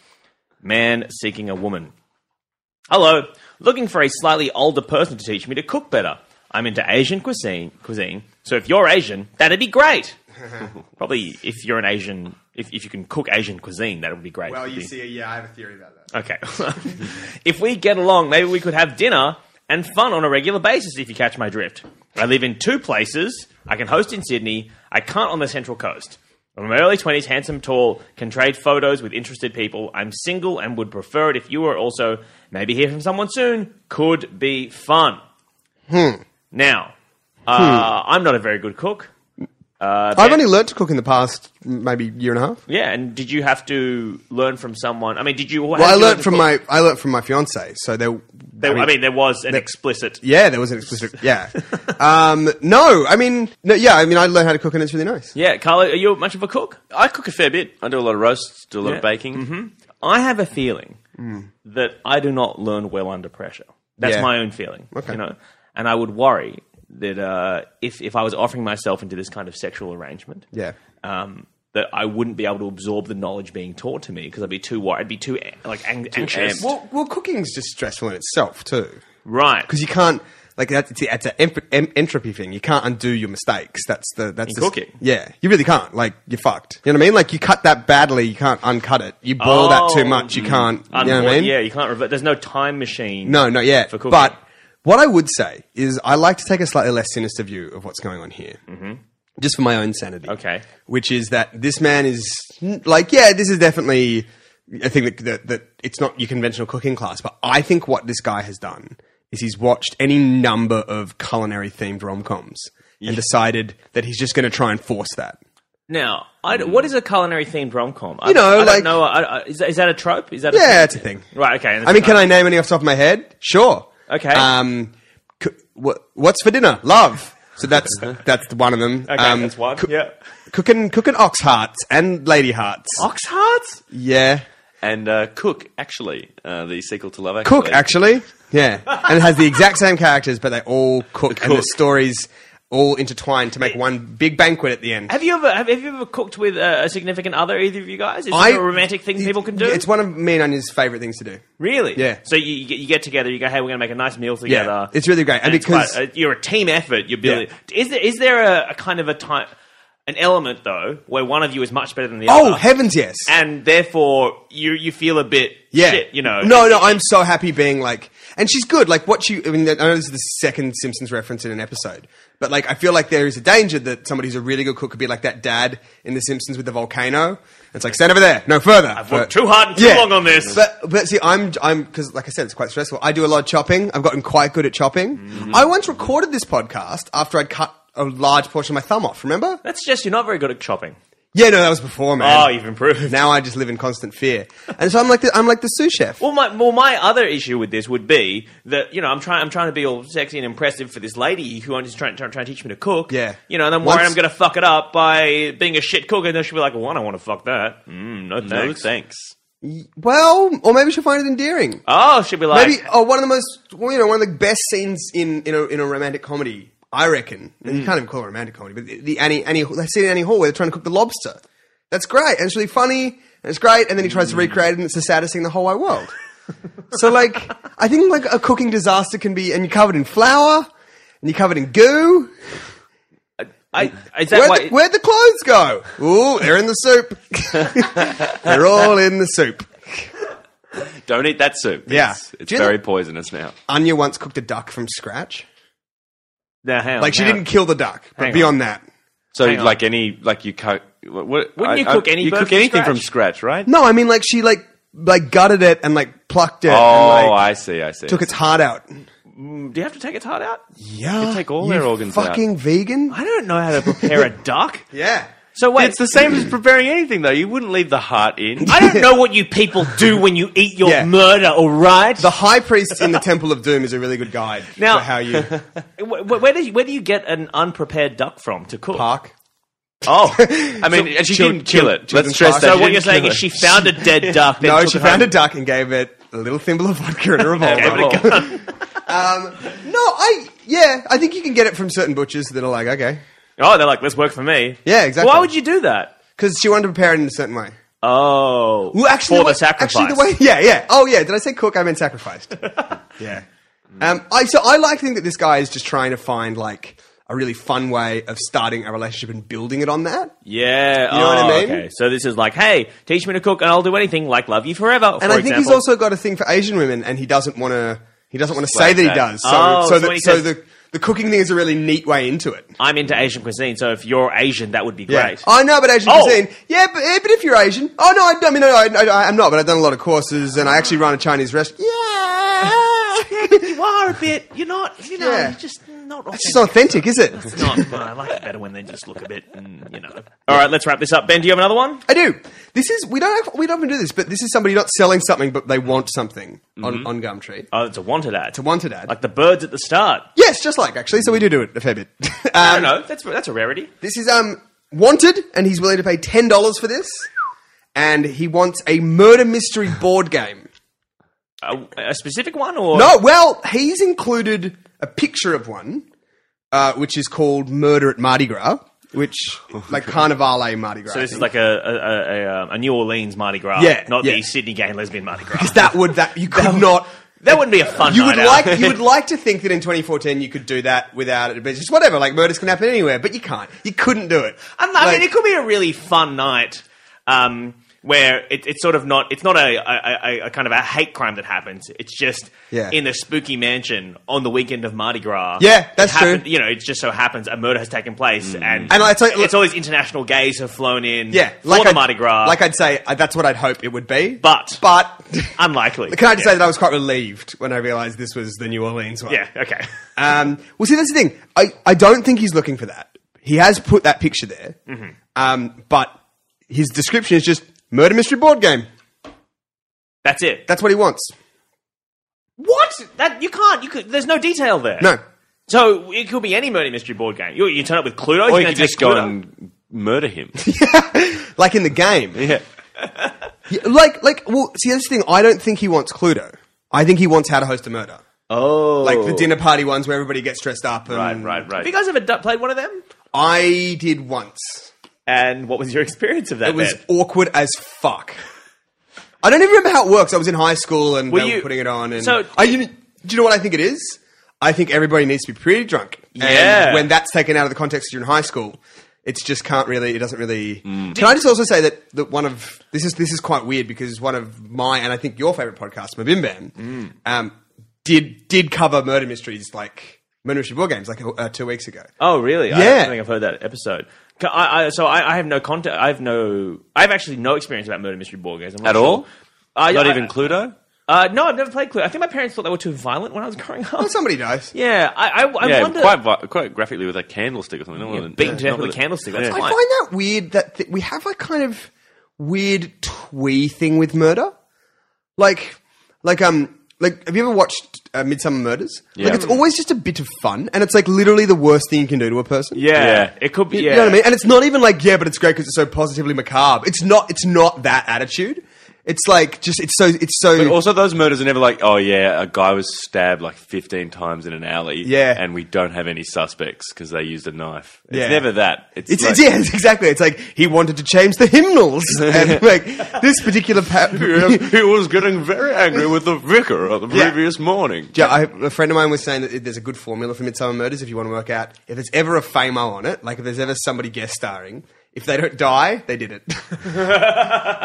Man seeking a woman. Hello, looking for a slightly older person to teach me to cook better. I'm into Asian cuisine, cuisine. So if you're Asian, that'd be great. Probably if you're an Asian, if, if you can cook Asian cuisine, that would be great.
Well,
It'd
you
be-
see, yeah, I have a theory about that.
Okay. if we get along, maybe we could have dinner and fun on a regular basis, if you catch my drift. I live in two places. I can host in Sydney. I can't on the Central Coast. I'm in my early 20s, handsome, tall, can trade photos with interested people. I'm single and would prefer it if you were also. Maybe hear from someone soon. Could be fun.
Hmm.
Now, uh, I'm not a very good cook. Uh,
I've only learnt to cook in the past mm, maybe year and a half.
Yeah, and did you have to learn from someone? I mean, did you?
Well, I learnt from my I learnt from my fiance. So there,
I mean, there was an explicit.
yeah, there was an explicit. Yeah, um, no, I mean, no, yeah, I mean, I learned how to cook and it's really nice.
Yeah, Carlo, are you much of a cook?
I cook a fair bit. I do a lot of roasts, do a lot
Yeah. Mm-hmm.
of baking.
I have a feeling that I do not learn well under pressure. That's
Hmm. Yeah.
my own feeling.
Okay.
You know, and I would worry that uh, if if I was offering myself into this kind of sexual arrangement,
Yeah,
um, that I wouldn't be able to absorb the knowledge being taught to me because I'd be too worried. I'd be too eh, like ang- anxious.
amped.
well, well, cooking's just stressful in itself too,
right.
because you can't like that's it's, it's an em- em- entropy thing. You can't undo your mistakes. That's the that's the,
cooking.
Yeah, you really can't. Like you're fucked. You know what I mean? Like you cut that badly, you can't uncut it. You boil that
Oh,
too much, you can't.
Unwa-
you know what I mean?
Yeah, you can't revert. There's no time machine.
No, not yet.
For cooking.
But what I would say is I like to take a slightly less sinister view of what's going on here. Mm-hmm. Just for my own sanity.
Okay.
Which is that this man is like, yeah, this is definitely a thing that, that, that it's not your conventional cooking class, but I think what this guy has done is he's watched any number of culinary themed rom coms and decided that he's just going to try and force that.
Now, I d what is a culinary themed rom com?
You know,
I don't
like-
know. I, I, is, that, is that a trope? Is that A
Yeah, it's a thing.
Right. Okay.
I mean, can I name any off the top of my head?
Uh,
Sure.
Okay.
Um, c- wh- what's for dinner? Love. So that's that's one of them. Um,
Okay, that's one. yeah.
Cooking cooking ox hearts and lady hearts.
Ox hearts?
Yeah.
And uh, Cook, actually, uh, the sequel to Love Actually.
Cook actually. Yeah. And it has the exact same characters, but they all cook, and the
Cook.
stories all intertwine to make one big banquet at the end.
Have you ever have, have you ever cooked with uh, a significant other? Either of you guys? Is
I-
it a romantic thing people can do?
It's one of me and Anya's favorite things to do.
really?
Yeah.
So you, you get- you get together. You go, hey, we're going to make a nice meal
Yeah,
together.
it's really great, and,
And it's
because
quite- uh, you're a team effort, you're building. Is there is there a, a kind of a time, an element though, where one of you is much better than the other?
oh heavens yes,
And therefore, you you feel a bit
yeah,
shit. You know?
No, no, I'm so happy being like, and she's good. Like what you, I mean, I know this is the second Simpsons reference in an episode, but like I feel like there is a danger that somebody who's a really good cook could be like that dad in the Simpsons with the volcano. It's like stand over there, no further. I've
worked too hard and too long on this.
But but see, I'm I'm because like I said, it's quite stressful. I do a lot of chopping. I've gotten quite good at chopping.
Mm-hmm.
I once recorded this podcast after I'd cut a large portion of my thumb off. Remember?
That's just you're not very good at chopping.
Yeah, no, that was before, man.
Ah,
Oh, you've improved.
Now I just live in constant fear, and so I'm like the, I'm like the sous chef.
Well, my well, my other issue with this would be that you know I'm trying I'm trying to be all sexy and impressive for this lady who I'm just trying trying, trying to teach me to cook.
Yeah.
you know, and I'm
Once-
worried I'm going to fuck it up by being a shit cook, and then she'll be like, "Well, I don't want to fuck that. Mm, no thanks.
No, thanks.
Well, or maybe she'll find it endearing.
Oh, she'll be like,
Maybe oh, one of the most well, you know one of the best scenes in in a, in a romantic comedy, I reckon. And you can't even call it a romantic comedy, but the, the Annie Annie that scene in Annie Hall where they're trying to cook the lobster. That's great, and it's really funny, and it's great. And then he tries to recreate it, and it's the saddest thing in the whole wide world. so like, I think like a cooking disaster can be, and you're covered in flour, and you're covered in goo.
I, is that
Where'd
why?
the, where'd the clothes go? Ooh, they're in the soup. they're all in the soup.
Don't eat that soup.
Yeah.
It's, it's
Do you
very
know-
poisonous now.
Anya once cooked a duck from scratch.
Now, hang on,
Like she
hang on.
didn't kill the duck, but
Hang
beyond that,
So,
Hang on.
like any, like you cook. What, what-
Wouldn't you
I- I-
cook any
You
bird
cook
from
anything
scratch?
from scratch, right?
no, I mean like she like like gutted it and like plucked it. and,
Oh,
like,
I see. I see.
took its heart out.
Do you have to take its heart out?
Yeah,
You take all
you
their organs out.
Fucking vegan.
I don't know how to prepare a duck.
Yeah.
So wait,
It's the same as preparing anything, though. You wouldn't leave the heart in.
I don't know what you people do when you eat your
Yeah.
murder. All right.
The high priest in the Temple of Doom is a really good guide
Now-
for how you
Wh- wh- where, do you, where do you get an unprepared duck from to cook?
park.
Oh, I mean, and she
chil-
didn't kill
chil-
it. Let's
children's
stress
park.
that.
So
She
what
didn't
you're saying
kill
is
it.
she found a dead duck. Then
No,
took
she
it
found
home.
a duck and gave it a little thimble of vodka and a revolver.
And a gun.
um, no, I yeah, I think you can get it from certain butchers that are like okay,
Oh, they're like, let's work for me.
Yeah, exactly.
Why would you do that?
because she wanted to prepare it in a certain way.
Oh,
Well, actually,
for
the way,
the sacrifice.
Actually, the way, yeah, yeah. Oh, yeah. Did I say cook? I meant sacrificed. yeah. Um, I so I like to think that this guy is just trying to find like a really fun way of starting a relationship and building it on that.
yeah,
know what I
oh,
mean?
Okay, so this is like, hey, teach me to cook, and I'll do anything. Like, love you forever.
And I think he's also got a thing for Asian women, and he doesn't want to. He doesn't want to say
Flag
that he
that.
does. So,
Oh,
so,
so
that,
when he
so
says-
the the cooking thing is a really neat way into it.
I'm into Asian cuisine, so if you're Asian, that would be
Yeah.
great.
I know, but Asian
Oh.
cuisine. Yeah, but, eh, but if you're Asian, oh no, I, I mean, no, I, I, I'm not. But I've done a lot of courses, and I actually run a Chinese restaurant. Yeah.
you are a bit. You're not. You know,
Yeah.
you're just not.
It's just not authentic, is it?
It's not. Well, I like it better when they just look a bit. mm, You know. All right, let's wrap this up. Ben, do you have another one?
I do. This is we don't have, we don't often do this, but this is somebody not selling something, but they want something on, on Gumtree.
Oh, it's a wanted ad.
The wanted ad.
Like the birds at the start.
yes, just like actually. So we do do it a fair bit.
I
um,
don't know. That's that's a rarity.
this is um wanted, and he's willing to pay ten dollars for this, and he wants a murder mystery board game.
A, a specific one or
No, well, he's included a picture of one, uh, which is called Murder at Mardi Gras, which like Carnivale Mardi Gras.
Oh, So this
I
is
think.
like a a, a, a, um, a New Orleans Mardi Gras,
Yeah,
not
yeah.
the Sydney gay and lesbian Mardi Gras.
that would that you could not.
that wouldn't be a fun.
You would
night out.
like you would like to think that in 2014 you could do that without it, but just whatever. Like murders can happen anywhere, but you can't. You couldn't do it.
I mean,
Like,
it could be a really fun night um, where it, it's sort of not. It's not a, a, a, a kind of a hate crime that happens. It's just
Yeah.
in the spooky mansion on the weekend of Mardi Gras.
Yeah,
It
that's
happened-
true. Mm.
You know, it just so happens a murder has taken place, and
And I tell you-
it's all these international gays have flown in.
yeah,
for the
I'd-
Mardi Gras.
Like I'd say uh, that's what I'd hope it would be,
But-
but
unlikely.
can I just
yeah.
say that I was quite relieved when I realised this was the New Orleans one.
Yeah. Okay.
Uh,
Um, well, see, that's the thing. I, I don't think he's looking for that. He has put that picture there,
Mm-hmm.
um, but his description is just murder mystery board game.
That's it.
That's what he wants.
What? That you can't. You could. There's no detail there.
No.
So it could be any murder mystery board game. You, you turn up with Cluedo,
Or
you
you
can
could just
take
go
Cluedo.
and murder him.
Like in the game.
yeah.
Yeah, Like, like, well, see, that's the thing. I don't think he wants Cluedo. I think he wants How to Host a Murder.
Oh.
Like the dinner party ones where everybody gets dressed up. And
Right, right, right.
Have you guys ever du- played one of them?
I did once.
And what was your experience of that?
It was
Ben?
awkward as fuck. I don't even remember how it works. I was in high school and
Were
they
you-
were putting it on. And
so-
I, you, do you know what I think it is? I think everybody needs to be pretty drunk.
Yeah.
And when that's taken out of the context, you're in high school. It's just can't really. It doesn't really.
Mm.
Can I just also say that, that one of this is this is quite weird because one of my and I think your favorite podcast, Mabim Bam,
Mm.
um, did did cover murder mysteries like murder mystery board games like uh, two weeks ago.
Oh, really? I
Yeah.
don't think I've heard that episode. Ca- I, I, so I, I have no contact. I have no. I have actually no experience about murder mystery board games I'm not
At
sure.
all?
I,
Not
I-
even Cluedo?
Uh, no, I've never played Clue. I think my parents thought they were too violent when I was growing up.
Well, somebody dies.
Yeah, I, I, I
yeah,
wonder.
quite vi- quite graphically with a candlestick or something. Not
Yeah,
with a-
beaten to death
not
with a candlestick, that's
yeah.
I
Why?
find that weird that th- we have a kind of weird twee thing with murder. Like, like, um, like, have you ever watched uh, Midsummer Murders?
Yeah. Mm.
Like, it's always just a bit of fun, and it's like literally the worst thing you can do to a person.
yeah,
Yeah.
it could be.
You
Yeah.
know what I mean? And it's not even like, yeah, but it's great because it's so positively macabre. It's not, it's not that attitude. It's like, just, it's so, it's so.
But also, those murders are never like, oh yeah, a guy was stabbed like fifteen times in an alley,
Yeah.
and we don't have any suspects because they used a knife. It's
Yeah.
never that. It's,
It's,
like,
it's yeah, it's exactly. It's like he wanted to change the hymnals, and like this particular pa-
he was getting very angry with the vicar on the
Yeah.
previous morning.
Yeah, I, a friend of mine was saying that there's a good formula for Midsummer Murders if you want to work out if there's ever a famo on it, like if there's ever somebody guest starring, if they don't die, they did it.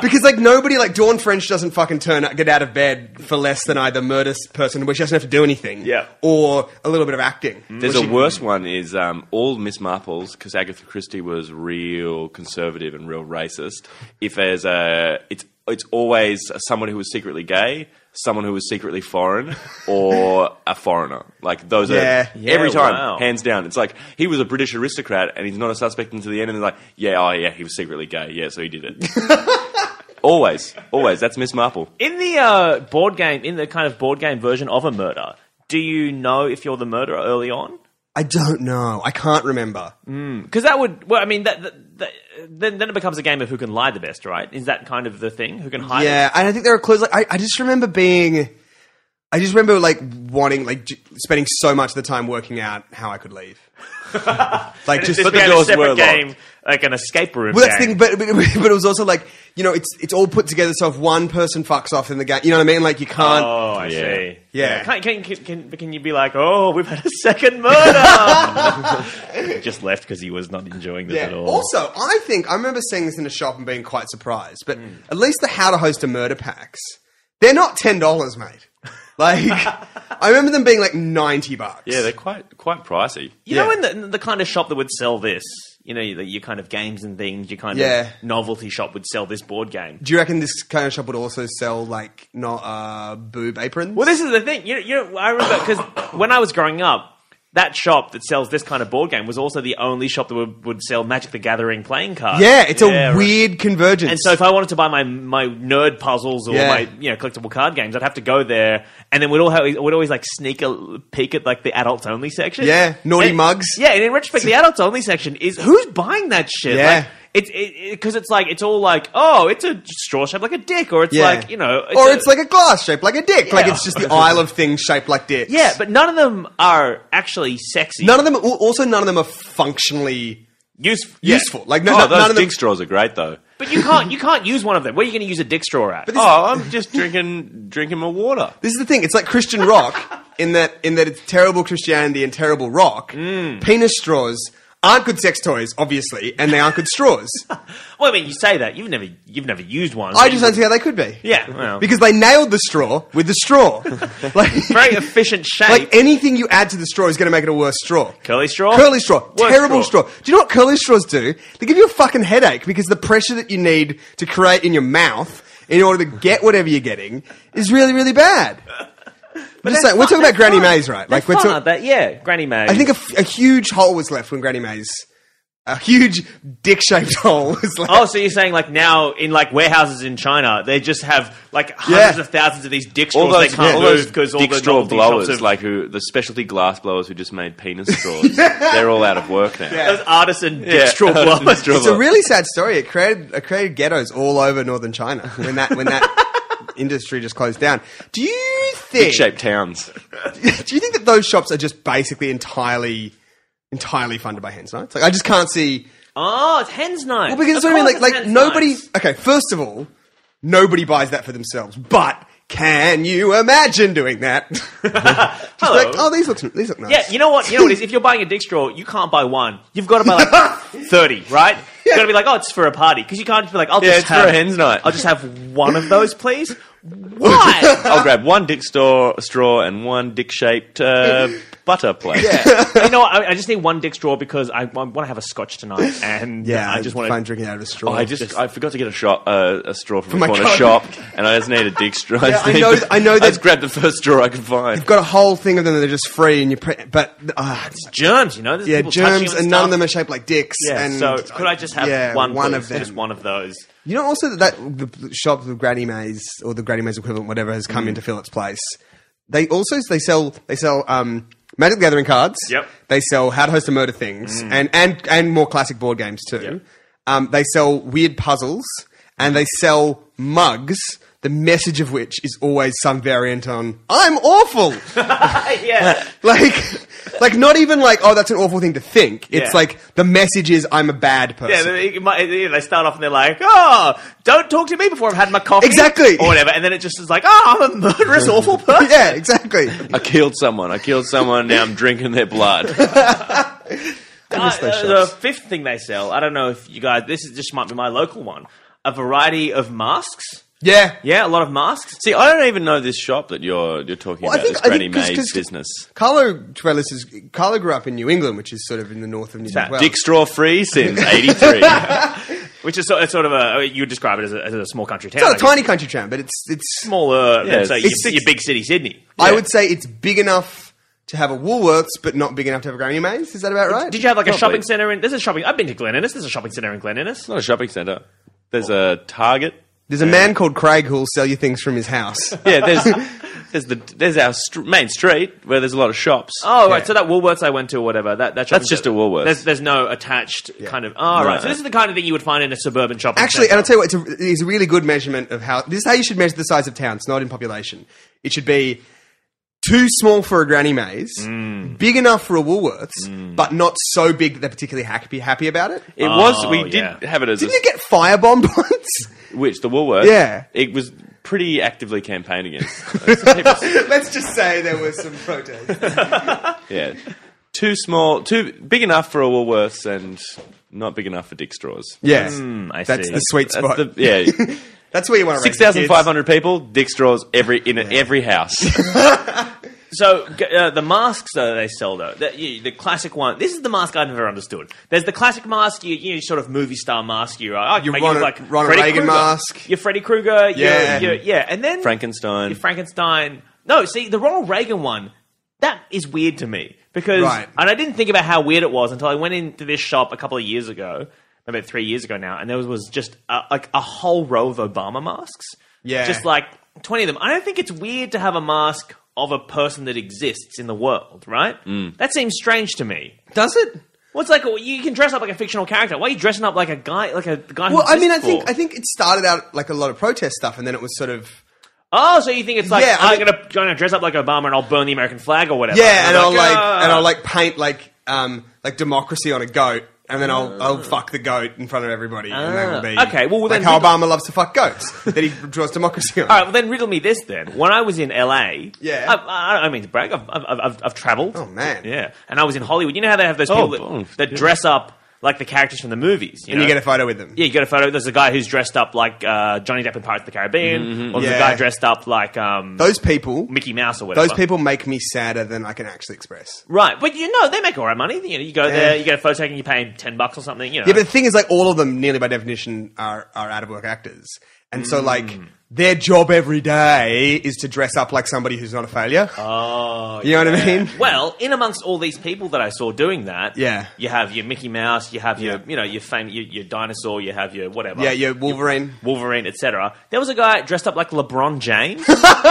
because like nobody, like Dawn French doesn't fucking turn up, get out of bed for less than either murder s- person, where she doesn't have to do anything,
Yeah.
or a little bit of acting.
There's
Where
a
she-
worse one is um, all Miss Marples because Agatha Christie was real conservative and real racist. If there's a, it's it's always someone who was secretly gay, someone who was secretly foreign, or a foreigner. Like those
Yeah.
are
Yeah,
every time,
wow.
hands down. It's like he was a British aristocrat and he's not a suspect until the end. And they're like, yeah, oh yeah, he was secretly gay. Yeah, so he did it. always, always. That's Miss Marple.
In the uh, board game, in the kind of board game version of a murder, do you know if you're the murderer early on?
I don't know. I can't remember.
Because that would. Well, I mean, that, that, that then then it becomes a game of who can lie the best, right? Is that kind of the thing? Who can hide?
Yeah, and I think there are clues. Like, I, I just remember being, I just remember like wanting, like j- spending so much of the time working out how I could leave. like just,
But
the
the had a
doors
separate
were locked.
game, like an escape room.
well, that's the
game.
thing. But, but but it was also like you know, it's it's all put together. So if one person fucks off in the game, you know what I mean? Like you can't.
Oh, I
Yeah.
see.
Yeah.
Can, can, can, can, can you be like, oh, we've had a second murder? Just left because he was not enjoying this
Yeah.
at all.
Also, I think I remember seeing this in a shop and being quite surprised. But
Hmm.
at least the how to host a murder packs, they're not ten dollars, mate. Like I remember them being like ninety bucks.
Yeah, they're quite quite pricey.
you
yeah.
know, in the, in the kind of shop that would sell this, you know, your, your kind of games and things, your kind
Yeah.
of novelty shop would sell this board game.
Do you reckon this kind of shop would also sell like not uh, boob aprons?
Well, this is the thing. You, you, I remember because when I was growing up, that shop that sells this kind of board game was also the only shop that would, would sell Magic the Gathering playing cards.
yeah, it's
Yeah,
a
right.
weird convergence.
And so if I wanted to buy my my nerd puzzles or
Yeah.
my you know collectible card games, I'd have to go there, and then we'd all have, we'd always like sneak a peek at like the adults only section.
Yeah, naughty
And-
mugs.
Yeah, and in retrospect, the adults only section is who's buying that shit?
Yeah.
Like, it's because it's like it's all like oh it's a straw shaped like a dick or it's
Yeah.
like you know
or
a-
it's like a glass shaped like a dick. Like
Yeah.
it's just the Isle of things shaped like dicks.
yeah but none of them are actually sexy
none of them. al- Also, none of them are functionally
useful
useful. Like no,
Oh,
no-
those
none of them.
dick straws are great though.
but you can't you can't use one of them where are you going to use a dick straw at um,
Oh, I'm just drinking drinking my water.
This is the thing. It's like Christian rock in that in that it's terrible Christianity and terrible rock.
Mm.
Penis straws aren't good sex toys, obviously, and they aren't good straws.
well I mean you say that you've never you've never used one so
I
you
just
would-
don't see how they could be.
yeah well,
Because they nailed the straw with the straw. like,
very efficient shape
Like anything you add to the straw is going to make it a worse straw.
Curly straw?
Curly straw.
Worse
terrible straw. Do you know what curly straws do? They give you a fucking headache because the pressure that you need to create in your mouth in order to get whatever you're getting is really, really bad. But just
They're
saying, we're
fun-
talking about
they're
Granny
fun.
Mays, right?
They're
we're
fun,
talking.
aren't they? yeah, Granny Mays.
I think a, f- a huge hole was left when Granny Mays a huge dick shaped hole. was like,
Oh, so you're saying like now in like warehouses in China, they just have like
Yeah.
hundreds of thousands of these dick straws
all those,
they can't
all
move
those
because all
dick
the
straw
novelty
blowers,
shops have
like who the specialty glass blowers who just made penis straws, they're all out of work now.
those artisan dick
Yeah,
straw
artisan
blowers.
straw
it's a really sad story. It created it created ghettos all over northern China when that when that industry just closed down. Do you think?
Dick-shaped towns.
do you think that those shops are just basically entirely entirely funded by hens? No, it's like I just can't see.
Oh, it's hen's night.
Well, because
Of
I mean,
course
like,
it's
like
hen's
nobody.
night.
Okay, first of all, nobody buys that for themselves. But can you imagine doing that? Just be
Hello.
like, oh, these look these look nice.
yeah, you know what? You know what it is? If you're buying a dick straw, you can't buy one. You've got to buy like thirty, right? You've got to be like, oh, it's for a party because you can't just be like, I'll
Yeah,
just
it's
have
for a hen's night.
I'll just have one of those, please. Why?
I'll grab one dick store, straw and one dick-shaped uh, butter plate.
you know, what? I, I just need one dick straw because I, want to have a scotch tonight, and
yeah.
I just want
fun
to
drinking out of a straw.
I just, I forgot to get a shot uh, a straw from
my
the corner
garden.
shop, and I just need a dick straw.
Yeah,
just
I
need-
know- I know that-
just grabbed the first straw I could find.
got a whole thing of them that are just free, and you pre- but uh,
germs. You know, There's
yeah,
people touching
germs,
on
and none of
stuff.
them are shaped like dicks.
Yeah,
and
so could I just have
yeah,
one,
one
please?
of them?
Just one of those.
You know, also that, that the shops of Granny Mays or the Granny Mays equivalent, whatever, has
Mm.
come into Philip's place. They also they sell they sell um, Magic the Gathering cards.
Yep. Mm.
They sell How to Host a Murder Things and and and more classic board games too.
Yep.
Um, they sell weird puzzles and they sell mugs. The message of which is always some variant on "I'm awful."
yeah.
like, like not even like "Oh, that's an awful thing to think." It's
Yeah.
like the message is "I'm a bad person."
Yeah, they, it might- yeah, they start off and they're like, "Oh, don't talk to me before I've had my coffee."
Exactly.
or whatever, and then it just is like, "Oh, I'm a murderous, awful person."
yeah, exactly.
I killed someone. I killed someone. Now I'm drinking their blood.
Uh,
those
uh, the
shops.
fifth thing they sell, I don't know if you guys, this is just might be my local one, a variety of masks.
Yeah,
Yeah, a lot of masks.
See, I don't even know this shop that you're you're talking
Well, I
about.
think-
this
I think
Granny
'cause-
Mae's
'cause-
business.
Carlo Trellis is Carlo grew up in New England, which is sort of in the north of New
that
York.
Dick straw free since '83.
Which is so, it's sort of a uh, you would describe it as a, as a small country town.
It's
I
not a
guess.
tiny country town, but it's it's.
smaller
Yeah,
than say your,
it's-
your big city Sydney.
I would say it's big enough to have a Woolworths, but not big enough to have a Granny Mays. Is that about right?
Did you have like a
Probably.
shopping center in? There's a shopping. I've been to Glen Innes. There's a shopping center in Glen Innes.
It's not a shopping centre. There's a Target.
There's a man called Craig who'll sell you things from his house.
Yeah, there's there's the there's our str main street where there's a lot of shops.
Oh
Yeah.
right, so that Woolworths I went to, or whatever. That, that shopping
That's just
center-
a Woolworths.
There's, there's no attached kind of. Oh
No.
right, so this is the kind of thing you would find in a suburban shopping.
Actually, and
center.
I'll tell you what, it's a, it's a really good measurement of how. This is how you should measure the size of towns, not in population. It should be too small for a Granny Mays,
Mm.
big enough for a Woolworths, but not so big that they're particularly ha- be happy about it.
It was
Oh,
we did
yeah.
have it as a,
Didn't it get firebombed once?
which the Woolworths.
Yeah.
it was pretty actively campaigned against.
Let's just say there were some protests.
yeah, too small, too big enough for a Woolworths, and not big enough for dick straws.
Yeah,
Hmm, I
that's
see.
the sweet
That's
spot.
the,
That's,
yeah,
where you want to
six thousand five hundred people, dick straws every in every house.
So g- uh, the masks that they sell though, the, you- the classic one. This is the mask I've never understood. There's the classic mask, you, you know, sort of movie star mask. You're like,
Your
you
Ronald-
like
Ronald
Freddy
Reagan
Krueger.
mask.
You're Freddy Krueger.
Yeah.
Yeah, you're, yeah. And then
Frankenstein.
Your Frankenstein. No, see the Ronald Reagan one. That is weird to me because,
Right.
and I didn't think about how weird it was until I went into this shop a couple of years ago, about three years ago now, and there was, was just a, like a whole row of Obama masks.
Yeah.
just like twenty of them. I don't think it's weird to have a mask of a person that exists in the world, right?
Mm.
That seems strange to me.
Does it?
What's like you can dress up like a fictional character? Why are you dressing up like a guy, like a guy? who
Well, I mean, I
exists
think
for?
I think it started out like a lot of protest stuff, and then it was sort of
Oh, so you think it's like
Yeah, I
I'm
mean-
gonna I'm gonna dress up like Obama and I'll burn the American flag or whatever?
yeah, and I'll like
"Ah."
and I'll like paint like um like democracy on a goat, and then I'll I'll fuck the goat in front of everybody, and that will be
Uh. Ah. Okay, well,
like
then
how
people-
Obama loves to fuck goats that he draws democracy on.
All right, well then riddle me this then. When I was in LA,
Yeah.
I, I, I don't mean to brag. I've, I've, I've, I've traveled.
Oh, man. Oh,
yeah. And I was in Hollywood. You know how they have those people that,
boom.
that dress up like the characters from the movies,
and you get a photo with them.
yeah, you get a photo. There's a guy who's dressed up like uh, Johnny Depp in Pirates of the Caribbean, or there's
Mm-hmm, Yeah.
a guy dressed up like um,
Those people,
Mickey Mouse or whatever.
those people make me sadder than I can actually express.
right? But you know, they make all right money. You know, you go there, you get a photo taken, you pay him ten bucks or something. You know,
Yeah, but the thing is, like, all of them, nearly by definition, are, are out of work actors. And
Hmm.
so, like, their job every day is to dress up like somebody who's not a failure.
Oh,
you know what I
yeah.
mean?
Well, in amongst all these people that I saw doing that,
Yeah.
you have your Mickey Mouse, you have your
Yeah.
you know your fame, your, your dinosaur, you have your whatever,
yeah, yeah, Wolverine.
Wolverine, etc. There was a guy dressed up like LeBron James,
Like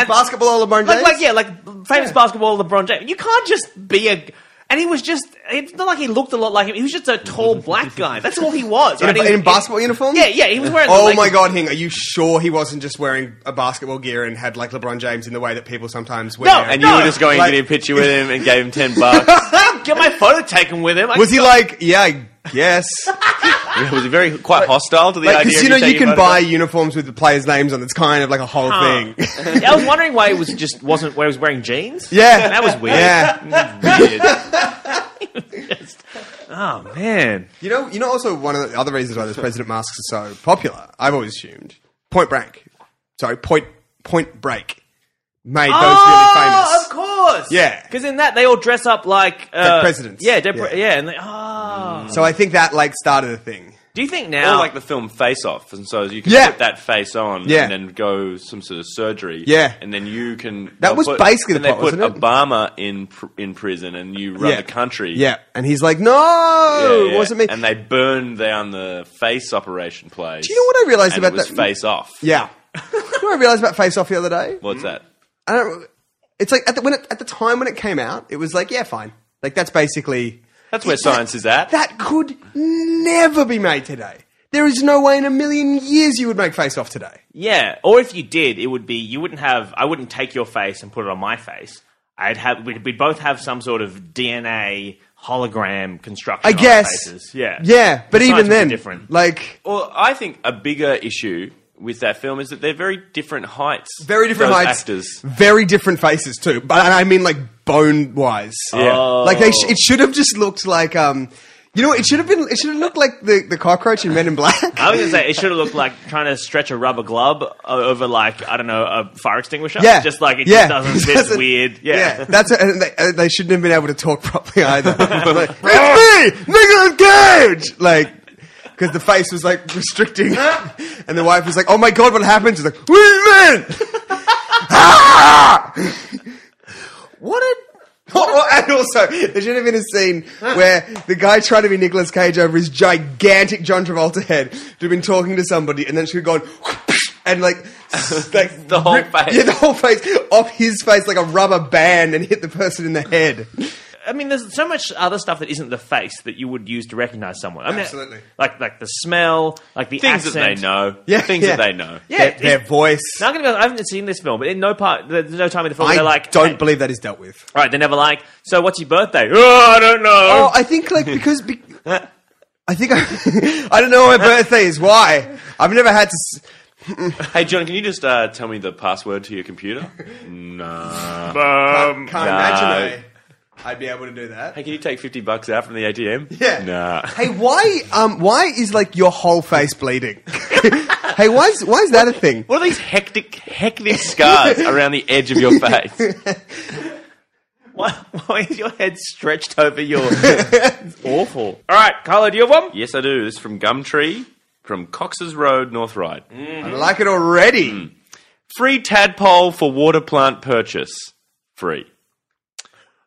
and-
basketball, LeBron James.
like, like yeah, like famous basketball LeBron James. You can't just be a and he was just, it's not like he looked a lot like him. He was just a tall black guy. That's all he was.
In,
right?
a,
He-
in basketball uniform?
Yeah, yeah, he was wearing
Oh
like-
my god, Hing, are you sure he wasn't just wearing a basketball gear and had like LeBron James in the way that people sometimes wear?
And
No,
you were just going
like-
to get a picture with him and gave him 10 bucks.
Get my photo taken with him. I
was he like, yeah, I guess?
was he very quite hostile to the idea?
Because
of
you know you
taking
can
photographs?
buy uniforms with the players' names on. It's kind of like a whole
Huh.
thing.
I was wondering why he was just wasn't why he was wearing jeans.
Yeah.
that was weird.
yeah,
Weird.
Oh man,
you know, you know. Also, one of the other reasons why those president masks are so popular, I've always assumed, Point Blank, sorry, Point Point Break, made those really famous.
Oh, Ah, of course.
Yeah.
because in that they all dress up like uh,
presidents.
Yeah, they're pre-
Yeah.
yeah. and they, ah.
So I think that like started a thing.
do you think
Or
now?
like the film Face Off, and so you can
Yeah.
put that face on
Yeah.
and then go some sort of surgery.
Yeah.
and then you can.
That
they'll
was
put-
basically
then
the plot,
They put
wasn't it?
Obama in pr- in prison, and you run
Yeah.
the country.
Yeah, and he's like,
Yeah,
no,
yeah.
it wasn't me.
And they burned down the Face Operation place. Do
you know what I realised
and
about
it was
that-
Face Off.
yeah, Mm-hmm. you know what I realized about Face Off the other day?
what's that?
I don't. It's like at the when it, at the time when it came out, it was like, yeah, fine. Like that's basically
That's where science is at.
that could never be made today. There is no way in a million years you would make Face Off today.
yeah, or if you did, it would be you wouldn't have. I wouldn't take your face and put it on my face. I'd have. We'd, we'd both have some sort of DNA hologram construction.
I
on our
guess.
faces. Yeah.
Yeah,
The
but
science
even
would be
then,
different.
like
Well, I think a bigger issue with that film is that they're very different heights.
very different
those
heights,
Actors.
very different faces too. But and I mean like bone wise.
Yeah.
Like they, sh- it should have just looked like um, you know, what? it should have been, it should have looked like the the cockroach in Men in Black.
I was gonna say it should have looked like trying to stretch a rubber glove o- over like I don't know a fire extinguisher.
Yeah,
just like it
yeah.
just doesn't fit.
Doesn't-
weird. Yeah.
that's it. And they, uh, they shouldn't have been able to talk properly either. like, it's me, Nicolas Cage. Like, because the face was like restricting, and the wife was like, "Oh my god, what happened?" She's like, "What do you mean?" Ah!
What a
Oh, and also, there should have been a scene where the guy trying to be Nicolas Cage over his gigantic John Travolta head to have been talking to somebody, and then she would go and like, s- like
The whole face.
yeah, the whole face off his face like a rubber band and hit the person in the head.
I mean, there's so much other stuff that isn't the face that you would use to recognize someone. I mean,
Absolutely.
Like like the smell, like the
Things
accent.
that they know.
Yeah,
Things
yeah.
that they know.
Yeah,
their, their
it-
voice.
Now, I'm gonna be honest, I haven't seen this film, but in no part, there's no time in the film.
I
they're like,
don't
hey-
believe that is dealt with.
right. They're never like, so what's your birthday? Oh, I don't know.
Oh, I think like because. Be- I think I, I don't know what my birthday is. Why? I've never had to. S-
Hey, John, can you just uh, tell me the password to your computer? no.
Um,
can't imagine I, I'd be able to do that.
Hey, can you take 50 bucks out from the ATM?
Yeah.
Nah.
Hey, why? Um, why is like your whole face bleeding? hey, why is why is that a thing?
What are these hectic, hectic scars around the edge of your face?
why, why is your head stretched over your? it's awful. All right, Carlo, do you have one?
yes, I do. This is from Gumtree, from Cox's Road, North Ryde.
I like it already.
Free tadpole for water plant purchase. Free.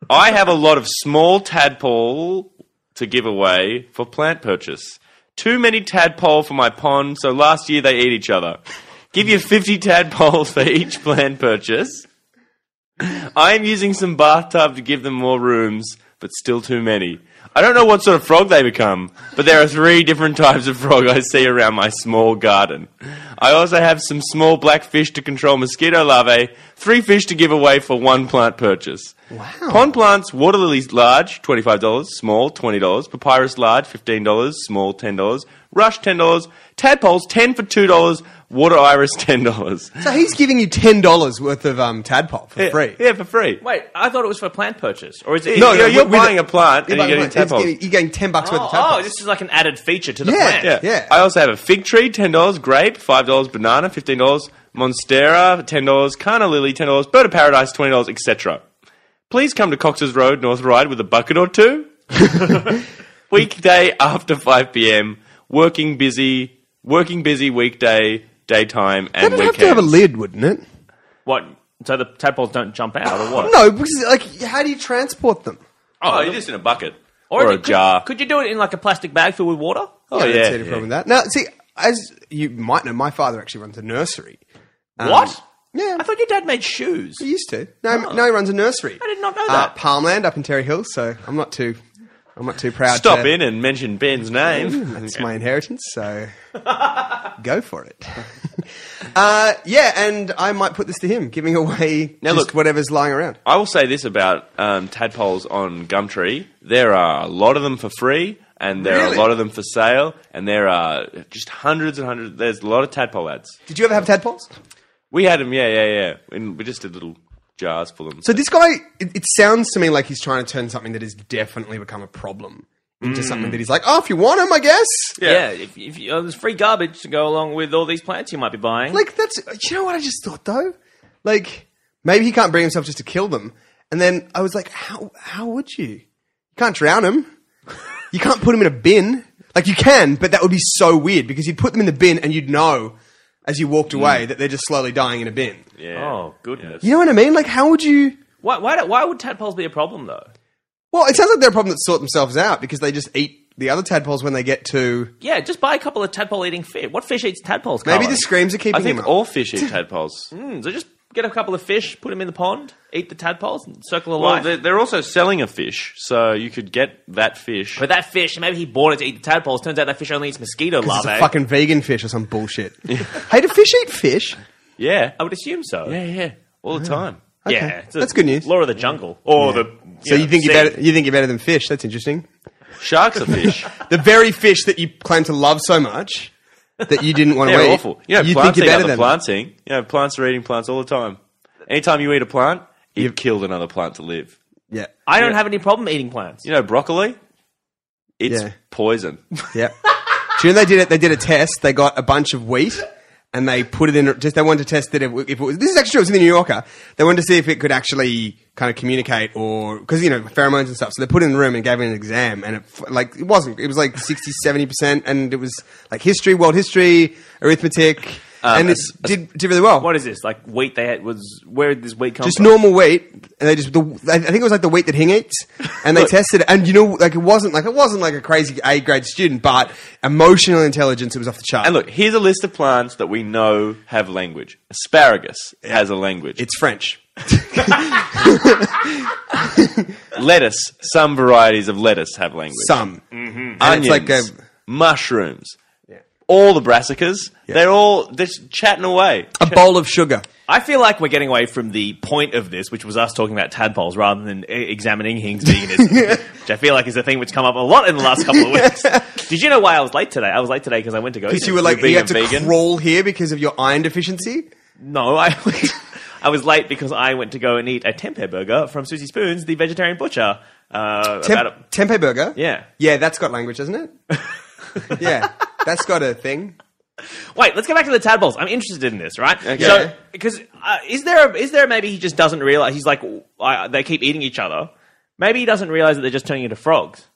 I have a lot of small tadpole to give away for plant purchase. Too many tadpole for my pond, so last year they eat each other. Give you 50 tadpoles for each plant purchase. I am using some bathtub to give them more rooms, but still too many. I don't know what sort of frog they become, but there are three different types of frog I see around my small garden. I also have some small black fish to control mosquito larvae, three fish to give away for one plant purchase. Wow. Pond plants, water lilies large, $25, small, $20, papyrus large, $15, small, $10, rush, $10, tadpoles, 10 for $2, water iris, $10.
So he's giving you ten dollars worth of um tadpole for free.
Yeah, for free.
Wait, I thought it was for plant purchase, or is it?
No,
Yeah,
no, you're
with- with
buying
it-
a plant
Yeah,
and
but
you're getting
it's
tadpoles.
getting- You're getting ten bucks worth
Oh,
of tadpoles.
oh, this is like an added feature to the
Yeah,
plant.
yeah.
I also have a fig tree, ten dollars. Grape, five dollars. Banana, fifteen dollars. Monstera, ten dollars. Carna lily, ten dollars. Bird of paradise, twenty dollars, etc. Please come to Cox's Road, North Ryde, with a bucket or two. Weekday after five p.m. Working busy. Working busy weekday, daytime, and
That'd have
weekends.
to have a lid, wouldn't it?
What? So the tadpoles don't jump out, or what?
No, because like, how do you transport them?
Oh, you're just in a bucket
Or,
or, a
could-
jar.
Could you do it in like a plastic bag filled with water?
oh
I don't
yeah,
see any problem
yeah.
with that. Now, see, as you might know, my father actually runs a nursery. Um,
what?
Yeah,
I thought your dad made shoes.
he used to. No, now he runs a nursery. I
Oh. did not know
Uh,
that.
Palmland up in Terry Hills, so I'm not too, I'm not too proud.
Stop
to,
in and mention Ben's name.
It's my inheritance, so go for it. uh, yeah, and I might put this to him, giving away
Now
just
look-
whatever's lying around.
I will say this about um, tadpoles on Gumtree: there are a lot of them for free, and there are
Really?
a lot of them for sale, and there are just hundreds and hundreds. There's a lot of tadpole ads.
Did you ever have tadpoles?
We had them, yeah, yeah, yeah, and we just did little jars for them.
So this guy, it, it sounds to me like he's trying to turn something that has definitely become a problem into
Mm.
something that he's like, oh, if you want him, I guess.
Yeah, if, if you, uh, there's free garbage to go along with all these plants you might be buying.
Like that's you know what I just thought though? Like maybe he can't bring himself just to kill them. And then I was like, how how would you? You can't drown him. You can't put him in a bin. Like you can, but that would be so weird because you'd put them in the bin and you'd know as you walked away that they're just slowly dying in a bin.
Mm. yeah.
oh goodness.
You know what I mean? Like how would you
Why, why, do- why would tadpoles be a problem though?
Well, it sounds like they're a problem that sort themselves out because they just eat the other tadpoles when they get to
Yeah, just buy a couple of tadpole eating fish. What fish eats tadpoles?
maybe
Carlo?
the screams are keeping
I
him
think
up.
all fish eat tadpoles.
Mm, so just get a couple of fish, put them in the pond, eat the tadpoles, and circle of
Well,
life.
they're, they're also selling a fish, so you could get that fish.
But that fish, maybe he bought it to eat the tadpoles. Turns out that fish only eats mosquito
it's
larvae.
eh?
a fucking vegan fish or some bullshit. hey, do fish eat fish?
yeah,
Oh,
I would assume so.
yeah, yeah, all the time.
Yeah, it's a-
That's good news.
Law of the jungle, or the
So you
know,
think
sea.
you're better, you think you're better than fish? That's interesting.
Sharks are fish.
The very fish that you claim to love so much that you didn't want to
They're
eat.
awful. You know,
you think
plants
you're
eat
better
other
than
plants. Eating. You know, plants are eating plants all the time. Anytime you eat a plant, you've killed another plant to live.
yeah,
I don't have any problem eating plants.
You know, broccoli, it's
Yeah.
poison.
yeah. Do you know they did it? They did a test. They got a bunch of wheat and they put it in. Just they wanted to test that if, if it was. This is actually true. It was in the New Yorker. They wanted to see if it could actually kind of communicate or because you know pheromones and stuff. So they put it in the room and gave it an exam, and it f- like it wasn't. It was like 60, 70 percent, and it was like history, world history, arithmetic,
Um,
and it did did really well.
What is this? Like wheat? They had was where did this wheat come
just
from?
normal wheat, and they just the, I I think it was like the wheat that Hing eats, and they tested it, and you know, like it wasn't like it wasn't like a crazy A grade student, but emotional intelligence it was off the chart.
and look, here's a list of plants that we know have language. Asparagus has a language.
it's French.
lettuce, some varieties of lettuce have language.
Some mm-hmm. and
Onions,
it's like a
mushrooms, all the brassicas, they're all just chatting away.
a bowl of sugar.
I feel like we're getting away from the point of this, which was us talking about tadpoles rather than e- examining Hing's veganism, which I feel like is a thing which come up a lot in the last couple of weeks. Did you know why I was late today? I was late today because I went to go.
Because you were like
being
you had
a
to
vegan?
crawl here because of your iron deficiency.
No, I was, I was late because I went to go and eat a tempeh burger from Susie Spoons, the vegetarian butcher. Uh, about a,
Temp- tempeh burger.
yeah.
yeah, that's got language, doesn't it? yeah, that's got a thing.
Wait, let's go back to the tadpoles. I'm interested in this, right?
Okay.
So, because uh, is there a, is there maybe he just doesn't realize he's like I, they keep eating each other. Maybe he doesn't realize that they're just turning into frogs.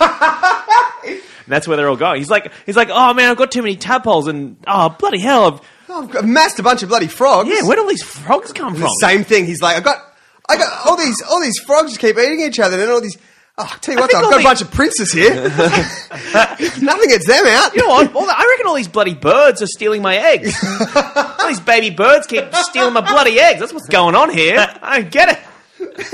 and that's where they're all going. He's like he's like, oh man, I've got too many tadpoles, and oh bloody hell, I've,
Oh, I've got- I've massed a bunch of bloody frogs.
yeah, where do all these frogs come from?
the same thing. He's like, I got, I got all these, all these frogs just keep eating each other, and then all these. Oh, I tell you what,
think
though, I've
all
got
the-
a bunch of princes here. Nothing gets them out.
You know what? All the, I reckon all these bloody birds are stealing my eggs. all these baby birds keep stealing my bloody eggs. That's what's going on here. I don't get it.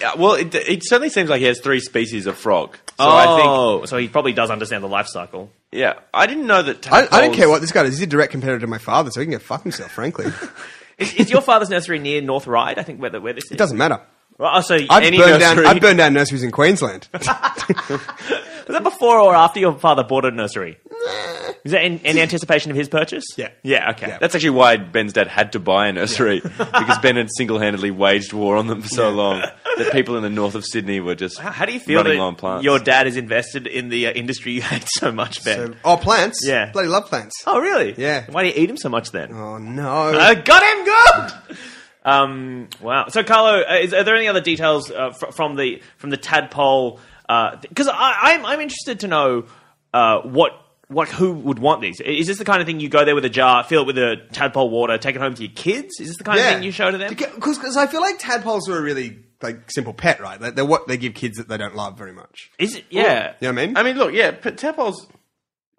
Yeah, well, it, it certainly seems like he has three species of frog. So I think,
oh, so he probably does understand the life cycle.
yeah, I didn't know that.
I, I don't
tadpoles-
care what this guy does. He's a direct competitor to my father, so he can go fuck himself. Frankly, it
Is, is your father's nursery near North Ryde? I think where, the, where this is.
doesn't matter.
Well, oh, so
I've
any
burned
nursery.
down. I've burned down nurseries in Queensland.
Was that before or after your father bought a nursery? Is that in, in anticipation of his purchase?
Yeah.
Yeah, okay.
Yeah.
That's actually why Ben's dad had to buy a nursery because Ben had single-handedly waged war on them for so long that people in the north of Sydney were just
How- How do you feel
running
that
on plants.
your dad is invested in the uh, industry you hate so much, Ben?
So, oh, plants.
Yeah.
bloody love plants.
oh, really?
Yeah.
Why do you eat him so much then?
Oh no.
Uh, got him good. Um, wow. So, Carlo, uh, is, are there any other details uh, fr- from the from the tadpole? Because I I'm, I'm interested to know uh, what like who would want these? Is this the kind of thing you go there with a jar, fill it with a tadpole water, take it home to your kids? Is this the kind of thing you show to them?
Because I feel like tadpoles are a really like simple pet, right? They're, they're what they give kids that they don't love very much.
Is it? Yeah.
You know what I mean?
I mean, look, yeah, but tadpoles.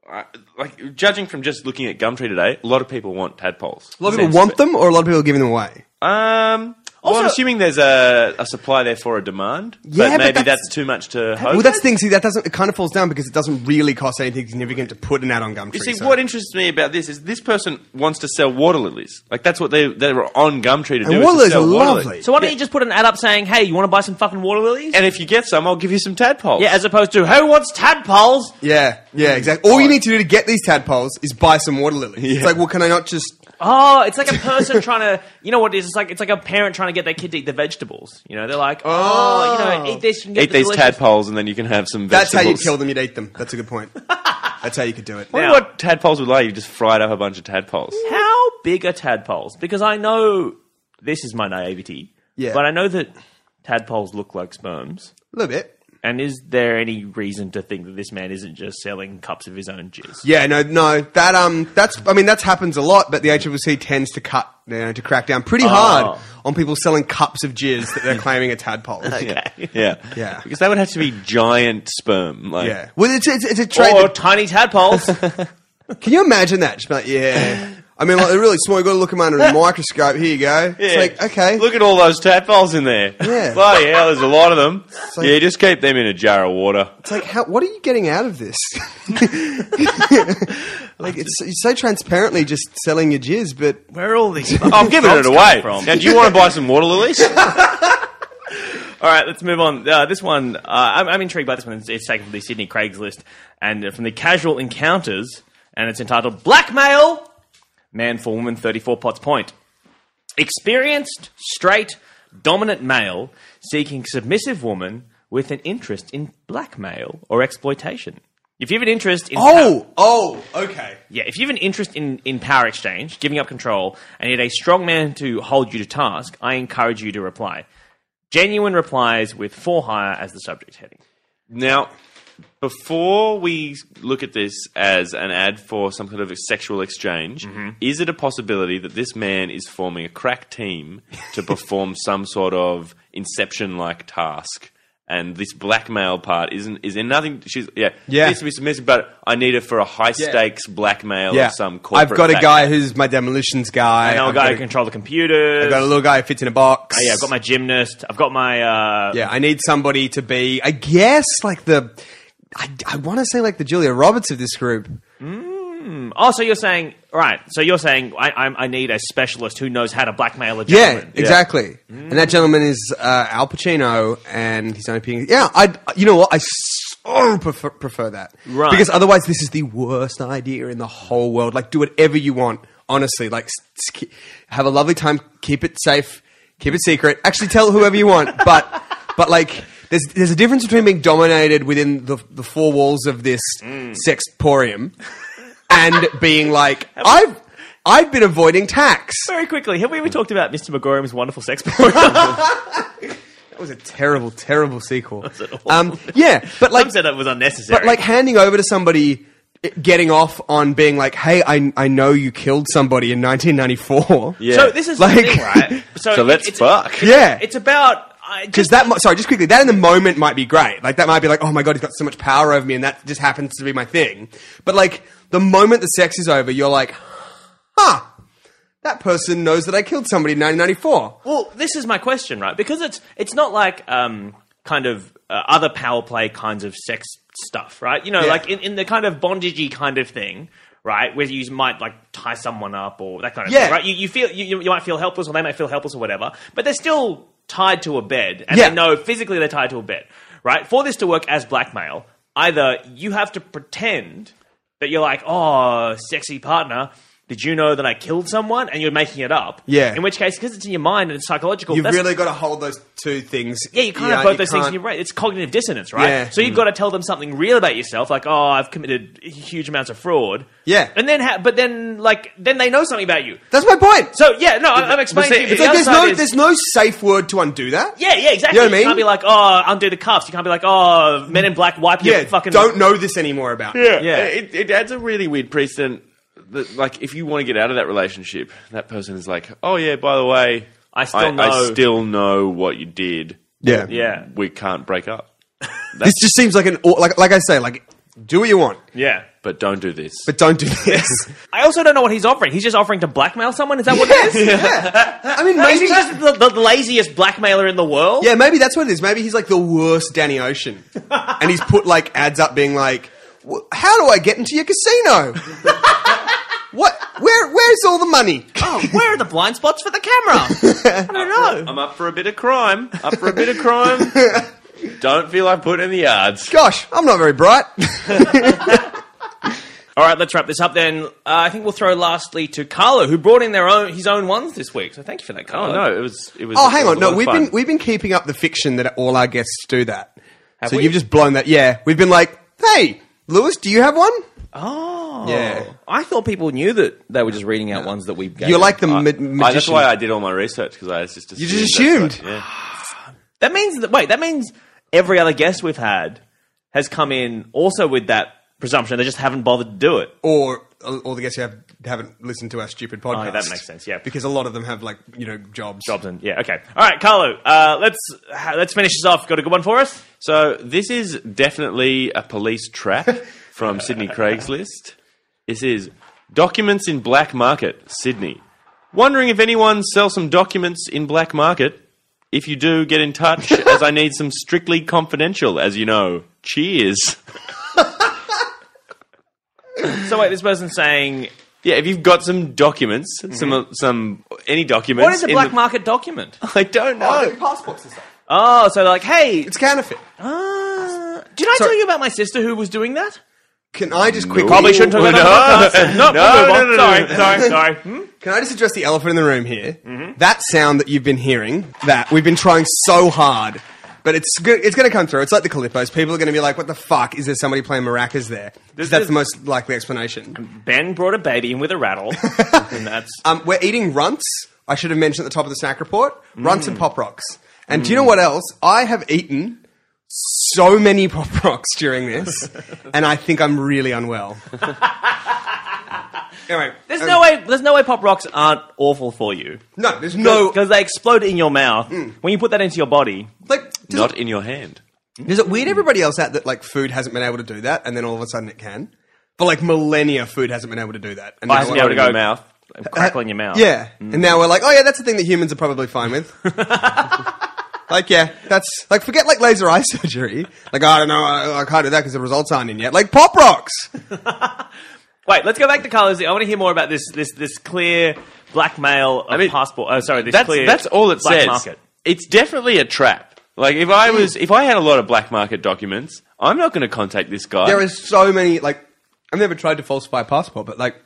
I- Like judging from just looking at Gumtree today, a lot of people want tadpoles.
a lot of people want them, or a lot of people are giving them away.
Um, well, I'm
Also-
assuming there's a, a supply there for a demand,
Yeah, but
but maybe
that's-
that's, too much to hope.
Well, that's the thing. See, that doesn't. It kind of falls down because it doesn't really cost anything significant to put an ad on Gumtree.
You see,
so-
what interests me about this is this person wants to sell water lilies. Like that's what they they were on Gumtree to do. is to
water lilies
sell
are
water
lovely.
lilies.
So why don't you just put an ad up saying, "Hey, you want to buy some fucking water lilies?"
And if you get some, I'll give you some tadpoles.
yeah, as opposed to who wants tadpoles?
Yeah, yeah, exactly. All you need to do to get these tadpoles is buy some water lilies. It's like, well, can I not just?
Oh, it's like a person trying to, you know what it is? It's like it's like a parent trying to get their kid to eat the vegetables. You know, they're like, oh, you know, eat this, you can get
eat
the
these
delicious-
tadpoles, and then you can have some.
That's
Vegetables.
how you kill them. You'd eat them. That's a good point. That's how you could do it.
I wonder
Now-
what tadpoles would like. You just fried up a bunch of tadpoles.
How big are tadpoles? Because I know this is my naivety,
Yeah.
but I know that tadpoles look like sperms.
A little bit.
And is there any reason to think that this man isn't just selling cups of his own jizz?
Yeah, no, no. That um, that's. I mean, that happens a lot, but the HWC tends to cut, you know, to crack down pretty hard
Oh.
on people selling cups of jizz that they're claiming are tadpoles.
Yeah. yeah,
Yeah.
Because that would have to be giant sperm. Like,
Yeah. Well, it's it's, it's a trade.
Or
that-
tiny tadpoles?
can you imagine that? Just be like, yeah. I mean, like they're really small. You got to look them under a microscope. Here you go.
Yeah.
It's like okay.
Look at all those tadpoles in there.
Yeah.
Bloody hell, there's a lot of them.
like-
yeah, just keep them in a jar of water.
It's like, how, what are you getting out of this? like, it's, it's so transparently just selling your jizz, but
Where are all these?
Oh, I'm giving it away.
From?
Now, do you want to buy some water lilies?
All right, let's move on. Uh, this one, uh, I'm, I'm intrigued by this one. It's, it's taken from the Sydney Craigslist and uh, from the Casual Encounters, and it's entitled Blackmail Man for Woman 34 Potts Point. Experienced, straight, dominant male seeking submissive woman with an interest in blackmail or exploitation. If you have an interest in.
oh, oh, okay.
Yeah, if you have an interest in, in power exchange, giving up control, and need a strong man to hold you to task, I encourage you to reply. Genuine replies with for hire as the subject heading.
now, before we look at this as an ad for some kind of a sexual exchange,
Mm-hmm.
is it a possibility that this man is forming a crack team to perform some sort of inception-like task? And this blackmail part isn't is there nothing. She's yeah,
Yeah.
needs to be submissive, but I need her for a high stakes blackmail
Yeah,
of some corporate.
I've got a guy
background.
who's my demolitions guy.
I know a
I've
guy
got
who can control the computers.
I've got a little guy who fits in a box.
Oh, yeah, I've got my gymnast. I've got my. Uh,
Yeah, I need somebody to be, I guess, like the. I, I want to say like the Julia Roberts of this group.
Oh, so you're saying right? So you're saying I, I'm, I need a specialist who knows how to blackmail a
Yeah,
gentleman. Mm.
exactly. And that gentleman is uh, Al Pacino, and he's only being yeah. I you know what I so prefer, prefer that
Right.
because otherwise this is the worst idea in the whole world. Like do whatever you want, honestly. Like s- s- ke- have a lovely time, keep it safe, keep it secret. Actually, tell whoever you want, but but like. There's, there's a difference between being dominated within the, the four walls of this
Mm.
sexporium and being like, I've, I've been avoiding tax.
Very quickly, have we
Mm.
ever talked about Mr. McGorham's wonderful sex program?
That was a terrible, terrible sequel.
an awful-
Um, yeah, but like,
Some said it was unnecessary.
but like handing over to somebody, i- getting off on being like, "Hey, I I know you killed somebody in 1994."
Yeah.
so this is the
Like-
thing, right?
So
it-
let's
it's,
fuck.
yeah,
It's about. I
because
just
that. Mo- sorry, just quickly, that in the moment might be great. Like that might be like, "Oh my god, he's got so much power over me," and that just happens to be my thing. But like the moment the sex is over, you're like, "Huh, that person knows that I killed somebody in 1994."
Well, this is my question, right? Because it's it's not like um, kind of uh, other power play kinds of sex stuff, right? You know,
Yeah.
like in, in the kind of bondagey kind of thing, right? Where you might like tie someone up or that kind of
Yeah.
thing, right? You, you feel you, you might feel helpless, or they might feel helpless, or whatever. But they're still tied to a bed, and
Yeah.
they know physically they're tied to a bed, right? For this to work as blackmail, either you have to pretend that you're like, oh, sexy partner. did you know that I killed someone? And you're making it up.
Yeah.
In which case, because it's in your mind and it's psychological,
You've
that's-
really got to hold those two things.
yeah, you can't have both those things in your brain. It's cognitive dissonance, right?
Yeah. Mm.
So you've got to tell them something real about yourself, like, oh, I've committed huge amounts of fraud.
Yeah.
And then, ha- but then, like, then they know something about you.
That's my point.
So yeah, no, I- I'm explaining
see,
to you.
it's
the
like
other
there's
side
no
is-
there's no safe word to undo that.
yeah, yeah, exactly.
You know what I
can't
mean?
be like, oh, undo the cuffs. You can't be like, oh, Men in Black, wipe your
Yeah,
fucking.
don't know this anymore about. me.
Yeah.
Yeah.
It, it adds a really weird precedent. That, like, if you want to get out of that relationship, that person is like, oh, yeah, by the way,
I still
I,
know."
still know what you did.
yeah,
Yeah,
We can't break up.
This just seems like an au- like like I say like do what you want,
yeah.
But don't do this.
but don't do this.
I also don't know what he's offering. He's just offering to blackmail someone. Is that what it is?
I mean,
He's
maybe
just the, the laziest blackmailer in the world.
yeah, maybe that's what it is. Maybe he's like the worst Danny Ocean, and he's put like ads up being like, "Wh- "How do I get into your casino? what? Where? Where's all the money?
Oh, where are the blind spots for the camera? I don't know.
I'm up for a bit of crime. Up for a bit of crime. don't feel I put in the yards.
Gosh, I'm not very bright."
All right, let's wrap this up then. Uh, I think we'll throw lastly to Carlo, who brought in their own his own ones this week. So thank you for that, Carlo.
Oh, no, it was. It was
Oh, hang on.
it was
No, we've
fun.
been we've been keeping up the fiction that all our guests do that. so
we?
you've just blown that. Yeah, we've been like, hey, Lewis, do you have one?
Oh,
Yeah.
I thought people knew that they were just reading out ones that we. Gave
You're like the ma-
I- I, that's
magician.
why I did all my research because I just assumed.
you just
that's
assumed.
what- yeah.
That means that wait, that means every other guest we've had has come in also with that presumption. They just haven't bothered to do it.
Or uh, all the guests who have, haven't listened to our stupid podcast.
yeah, that makes sense, yeah.
because a lot of them have like you know jobs.
Dobson, yeah, okay. All right, Carlo, uh, let's ha- let's finish this off. Got a good one for us?
So this is definitely a police trap from Sydney Craigslist. This is documents in black market, Sydney. Wondering if anyone sells some documents in black market? If you do, get in touch as I need some strictly confidential, as you know. Cheers.
So wait, this person's saying,
Yeah, if you've got some documents, some uh, some any documents.
what is a
in
black
the-
market document?
I don't know.
Oh, passports and stuff.
Oh, so they're like, hey,
It's counterfeit.
uh, did I
Sorry.
tell you about my sister who was doing that?
Can I just quickly?
Probably
Shouldn't talk about
No.
that. on the podcast. No,
Oh. No,
we'll move
no,
on. sorry,
no, no, no, no.
sorry, sorry, Hmm?
Can I just address the elephant in the room here?
Mm-hmm.
That sound that you've been hearing, that we've been trying so hard, but it's go- it's going to come through. It's like the Calippos. People are going to be like, "What the fuck is there? Somebody playing maracas there?" 'Cause that's
is-
the most likely explanation.
Ben brought a baby in with a rattle, and that's
Um, we're eating runts. I should have mentioned at the top of the snack report, runts
Mm.
and pop rocks. And do you know what else? I have eaten so many pop rocks during this, and I think I'm really unwell. anyway,
there's
um,
no way. There's no way pop rocks aren't awful for you.
No, there's no Hmm.
because they explode in your mouth when you put that into your body.
like. does
Not in your hand.
Does it weird everybody else out that like food hasn't been able to do that, and then all of a sudden it can? For like millennia, food hasn't been able to do that. And now
hasn't
we're-
been
Not
to
in your
go-
mouth.
Crackle in your mouth.
Uh, yeah, and now we're like, oh yeah, that's a thing that humans are probably fine with. like yeah, that's like forget like laser eye surgery. Like I don't know, I, I can't do that because the results aren't in yet. Like pop rocks.
Wait, let's go back to Carlos. I want to hear more about this. This this clear blackmail of
mean,
passport. Oh, sorry. This
that's
clear.
that's all it
black
says.
Market.
It's definitely a trap. Like if I was, if I had a lot of black market documents, I'm not going to contact this guy.
There is so many like I've never tried to falsify a passport, but like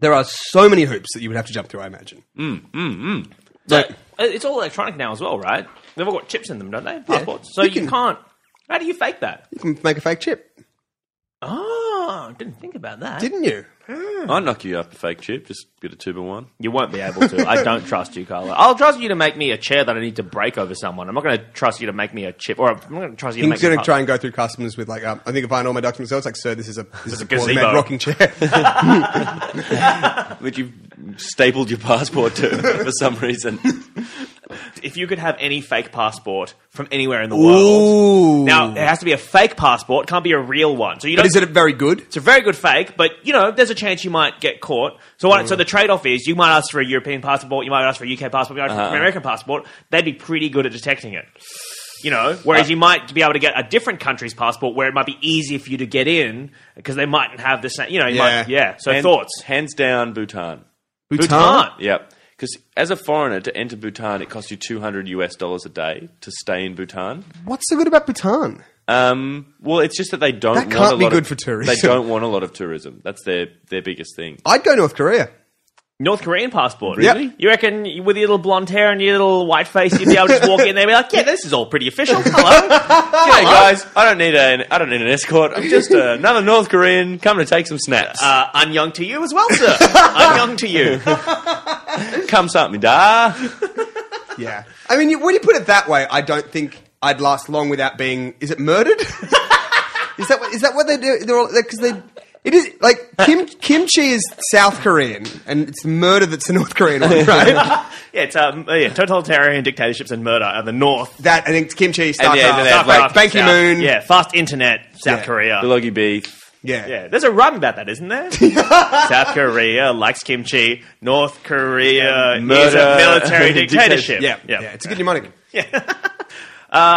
there are so many hoops that you would have to jump through. I imagine. Mm, mm, mm. Like,
Uh, It's all electronic now as well, right? They've all got chips in them, don't they? Passports. So
You
you,
can-
can, not How do you fake that?
you can make a fake chip,
Oh, didn't think about that.
didn't you?
I'll knock you up a fake chip. Just get a two by one.
you won't be able to. I don't trust you, Carlo. I'll trust you to make me a chair that I need to break over someone. I'm not going to trust you to make me a chip, or I'm not going to trust you to
I'm
make me
going
a
to try and go through customers with like, um, I think if I know all my documents, I was like, sir, this is a this is a,
a
poorly made
gazebo.
rocking chair.
Which you've stapled your passport to for some reason.
if you could have any fake passport from anywhere in the world.
Ooh.
Now it has to be a fake passport; can't be a real one. So you
but
don't.
is it very good?
it's a very good fake, but you know, there's a chance you might get caught. So what, so the trade-off is you might ask for a European passport, you might ask for a UK passport, you might ask for an American passport. They'd be pretty good at detecting it. You know, whereas you might be able to get a different country's passport where it might be easier for you to get in because they mightn't have the same. You know, you
Yeah.
might yeah. So
Hand-
thoughts,
Hands down, Bhutan.
Bhutan.
Yep. Because as a foreigner to enter Bhutan, it costs you 200 US dollars a day to stay in Bhutan.
What's so good about Bhutan?
Um, well, it's just that they don't.
That
want
can't
a
be
lot
good
of,
for tourism.
They don't want a lot of tourism. That's their their biggest thing.
I'd go North Korea.
North Korean passport.
Yep. Really?
You reckon you- with your little blonde hair and your little white face, you'd be able to just walk in there and be like, "Yeah, this is all pretty official." Hello.
Hey guys, I don't need an I don't need an escort. I'm just uh, another North Korean coming to take some snaps.
Uh, I'm young to you as well, sir. I'm young to you.
Come something, da.
Yeah. I mean, you, when you put it that way, I don't think I'd last long without being. Is it murdered? is that what, is that what they do? They're all because they. It is like kim, kimchi is South Korean, and it's murder that's the North Korean one, right?
Yeah, it's um, yeah, totalitarian dictatorships and murder are the North.
that I think kimchi starts
then
off
they have,
like,
South
Ban Ki
South.
Moon.
Yeah, fast internet, South
Yeah.
Korea.
Bulgogi beef.
yeah,
Yeah, there's a rhyme about that, isn't there? South Korea likes kimchi. North Korea is a
murder-
military
dictatorship.
dictatorship.
yeah, yeah. It's a good mnemonic.
Uh,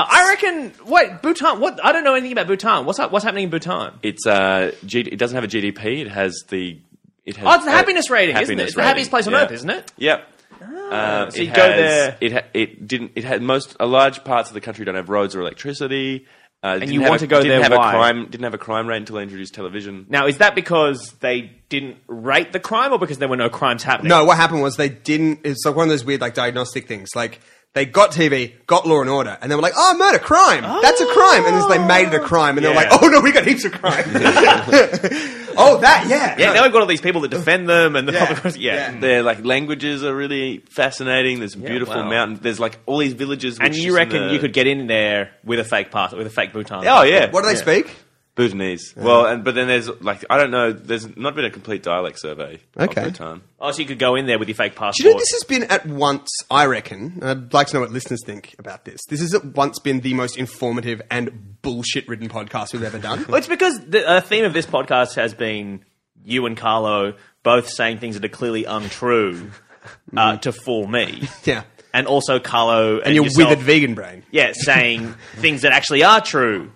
I reckon. What Bhutan? What I don't know anything about Bhutan. What's hap- what's happening in Bhutan?
It's uh, G- it doesn't have a GDP. It has the it has
Oh, it's the
uh,
happiness rating, isn't it? It's the
rating.
happiest place on
Yeah.
earth, isn't it? Ah,
Yep. Um,
so you
it
go
has-
there-
It ha- it didn't. It had most. A large parts of the country don't have roads or electricity. Uh, didn't
you
have
want
a-
to go
didn't
there,
Have a
why?
crime, didn't have a crime rate until they introduced television.
Now, is that because they didn't rate the crime, or because there were no crimes happening?
No, what happened was they didn't. It's like one of those weird like diagnostic things. Like they got TV, got Law and Order, and they were like, "Oh, murder, crime. That's a crime." And then they made it a crime, and they were
Yeah.
like, "Oh no, we got heaps of crime." oh, that yeah,
Yeah,
No.
now we've got all these people that defend them, and the
Yeah.
public. Yeah.
Yeah.
Their like languages are really fascinating. There's beautiful
wow.
mountain. There's like all these villages.
And
which
you
just in
reckon
the-
you could get in there with a fake pass, with a fake Bhutan?
Oh yeah.
What do they
Yeah.
speak?
Bhutanese. Well, and but then there's like I don't know. There's not been a complete dialect survey.
Okay.
Of Bhutan.
Oh, so you could go in there with your fake passport.
Do you know this has been at once? I reckon. and I'd like to know what listeners think about this. This has at once been the most informative and bullshit-ridden podcast we've ever done.
Well, it's because the uh, theme of this podcast has been you and Carlo both saying things that are clearly untrue uh, to fool me.
yeah,
And also Carlo and,
and your
yourself,
withered vegan brain.
yeah, saying things that actually are true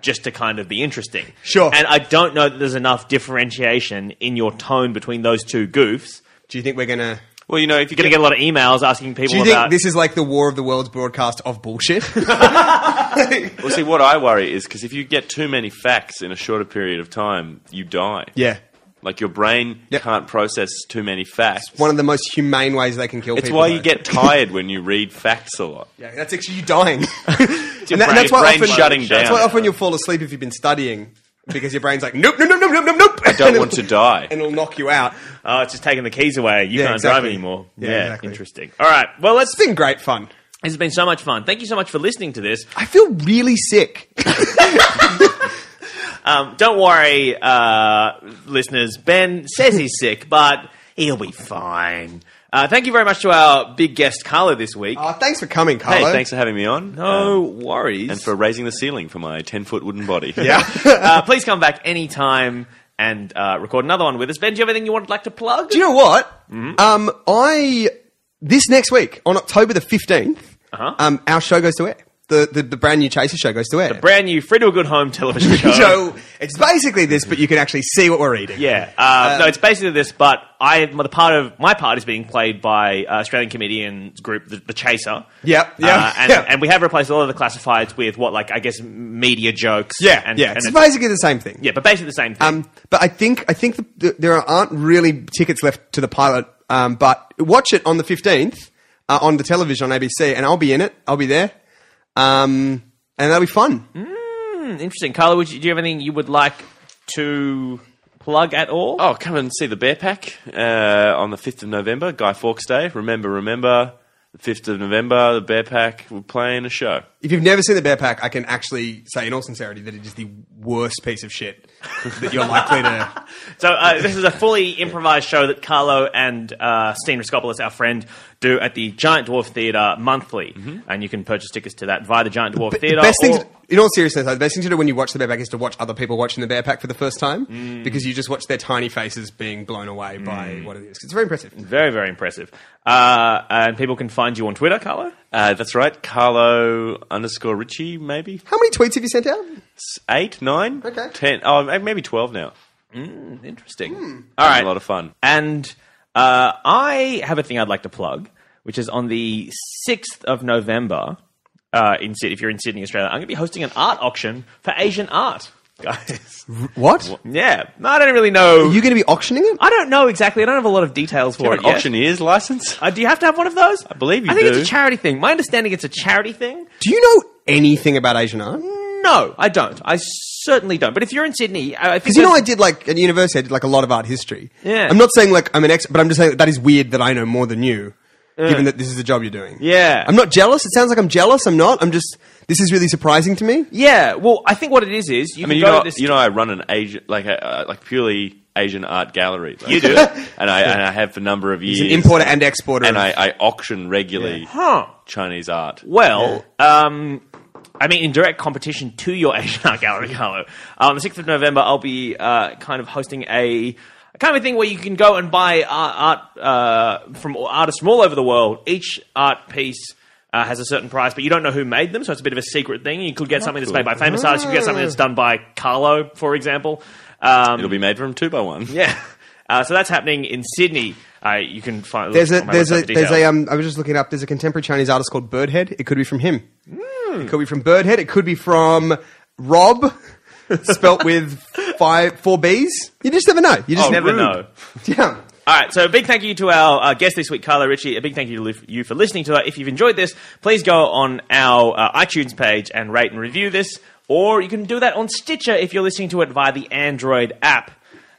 just to kind of be interesting.
Sure.
And I don't know that there's enough differentiation in your tone between those two goofs.
Do you think we're gonna?
Well, you know, if you're
You're going to get a lot of emails asking people
Do you
about
think this is like the War of the Worlds broadcast of bullshit?
Well, see, what I worry is because if you get too many facts in a shorter period of time, you die.
yeah.
Like your brain
Yep.
can't process too many facts. It's,
one of the most humane ways they can kill people.
why you
though.
get tired when you read facts a lot.
Yeah, that's actually you dying. and
your
that-
brain-
that's why
brain
often
shutting
That's
down.
why often you'll fall asleep if you've been studying because your brain's like, nope, nope, nope, nope, nope, nope, nope. I
Don't want to die.
And it'll knock you out.
oh, it's just taking the keys away. You
Yeah,
can't
exactly.
drive anymore.
Yeah,
Yeah,
exactly.
interesting. All right. Well, let's
It's been great fun.
This has been so much fun. Thank you so much for listening to this.
I feel really sick.
Um, don't worry, uh, listeners. Ben says he's sick, but he'll be fine. Uh, thank you very much to our big guest, Carlo, this week.
oh, thanks for coming, Carlo.
Hey, thanks for having me on.
No
Um,
worries.
and for raising the ceiling for my 10 foot wooden body.
Yeah.
uh, please come back anytime and uh, record another one with us. Ben, do you have anything you would like to plug?
Do you know what?
Mm-hmm.
Um, I this next week on October the 15th
Uh-huh.
um, our show goes to air. The, the the brand new Chaser show goes to air.
Brand new Free to a Good Home television show.
so it's basically this, but you can actually see what we're eating.
Yeah, uh, no, it's basically this, but I the part of my part is being played by uh, Australian comedian group The, the Chaser.
Yep, yeah,
uh, and,
yeah.
and we have replaced all of the classifieds with what like I guess m- media jokes.
Yeah,
and,
yeah.
and
it's
it's-
basically the same thing.
yeah, but basically the same thing.
Um, but I think I think the, the, there aren't really tickets left to the pilot. Um, but watch it on the fifteenth uh, on the television on ABC, and I'll be in it. I'll be there, um, and that'll be fun.
Hmm, Interesting, Carla. Would you, do you have anything you would like to plug at all?
Oh, come and see the Bear Pack uh, on the 5th of November, Guy Fawkes Day. Remember, remember, the 5th of November, the Bear Pack, we're playing a show.
If you've never seen the Bear Pack, I can actually say in all sincerity that it is the worst piece of shit that you're likely to.
So uh, this is a fully improvised show that Carlo and uh, Steen Raskopoulos, our friend, do at the Giant Dwarf Theatre monthly, and you can purchase tickets to that via the Giant Dwarf
The
Theatre.
Mm-hmm. best thing,
or-
to, in all seriousness, though, the best thing to do when you watch the Bear Pack is to watch other people watching the Bear Pack for the first time
Mm.
because you just watch their tiny faces being blown away by what it is. It's very impressive.
Very, very impressive. Uh, and people can find you on Twitter, Carlo.
Uh, that's right, Carlo underscore Richie, maybe?
How many tweets have you sent out?
eight, nine,
Okay.
ten. Oh, ma- maybe twelve now.
Interesting.
Hmm.
All right.
a lot of fun.
And uh, I have a thing I'd like to plug, which is on the 6th of November, uh, in Syd- if you're in Sydney, Australia, I'm going to be hosting an art auction for Asian art. guys.
What?
Yeah, no, I don't really know.
Are you going to be auctioning it?
I don't know exactly. I don't have a lot of details for
Or
it
an
yet.
auctioneer's license?
Uh, do you have to have one of those? I
believe you
I think
do.
it's a charity thing. My understanding, it's a charity thing.
Do you know anything about Asian art?
No, I don't. I certainly don't. But if you're in Sydney, I I think
Because you know, I
there's-
did like at university, I did like a lot of art history.
Yeah.
I'm not saying like I'm an expert, but I'm just saying that, that is weird that I know more than you, given that this is the job you're doing.
Yeah.
I'm not jealous. It sounds like I'm jealous. I'm not. I'm just. This is really surprising to me.
yeah. Well, I think what it is is you
I mean, you
can go
know,
to this.
you know, I run an Asian, like, a, uh, like purely Asian art gallery. Like,
You do?
and I and I have for a number of years.
It's an importer and exporter.
and
of-
I, I auction regularly
huh.
Chinese art.
Well, um, I mean, in direct competition to your Asian Art Gallery, Carlo. Uh, on the 6th of November, I'll be uh, kind of hosting a a kind of thing where you can go and buy art, art uh, from artists from all over the world. Each art piece. Uh, has a certain price, but you don't know who made them, so it's a bit of a secret thing. You could get something that's
cool.
made by famous artists. You could get something that's done by Carlo, for example. Um,
It'll be made from two by one.
yeah. Uh, so that's happening in Sydney. Uh, you can find
there's a
on my
there's
website
a
the
there's a
details.
um. I was just looking it up. There's a contemporary Chinese artist called Birdhead. It could be from him. It could be from Birdhead. It could be from Rob, spelt with five four B's. You just never know. You just
Oh,
never
rude.
know.
Yeah.
All right, so a big thank you to our uh, guest this week, Carlo Ritchie. A big thank you to li- you for listening to that. If you've enjoyed this, please go on our uh, iTunes page and rate and review this, or you can do that on Stitcher if you're listening to it via the Android app.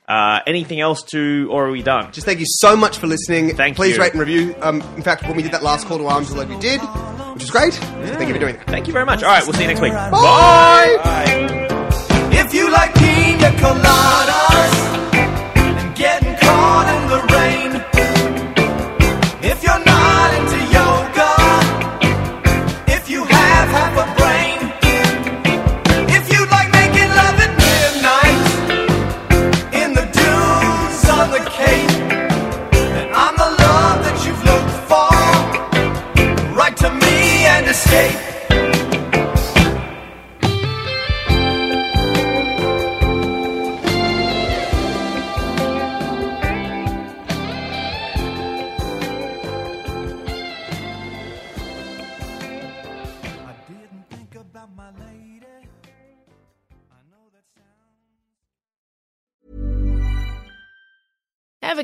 Uh, anything else to, or are we done? Just
Just thank you so much for listening.
Thank
Please
you.
rate and review. Um, in fact, when we did that last call to arms, like we did, which is great. So thank you for doing that.
thank you very much. All right, we'll see you next week.
Bye.
If you like pina coladas and getting caught in the rain, if you're not into yoga, if you have half a brain, if you like making love at midnight in the dunes on the cape, then I'm the love that you've looked for. Write to me and escape. I didn't think about my lady. I know that sounds.
Ever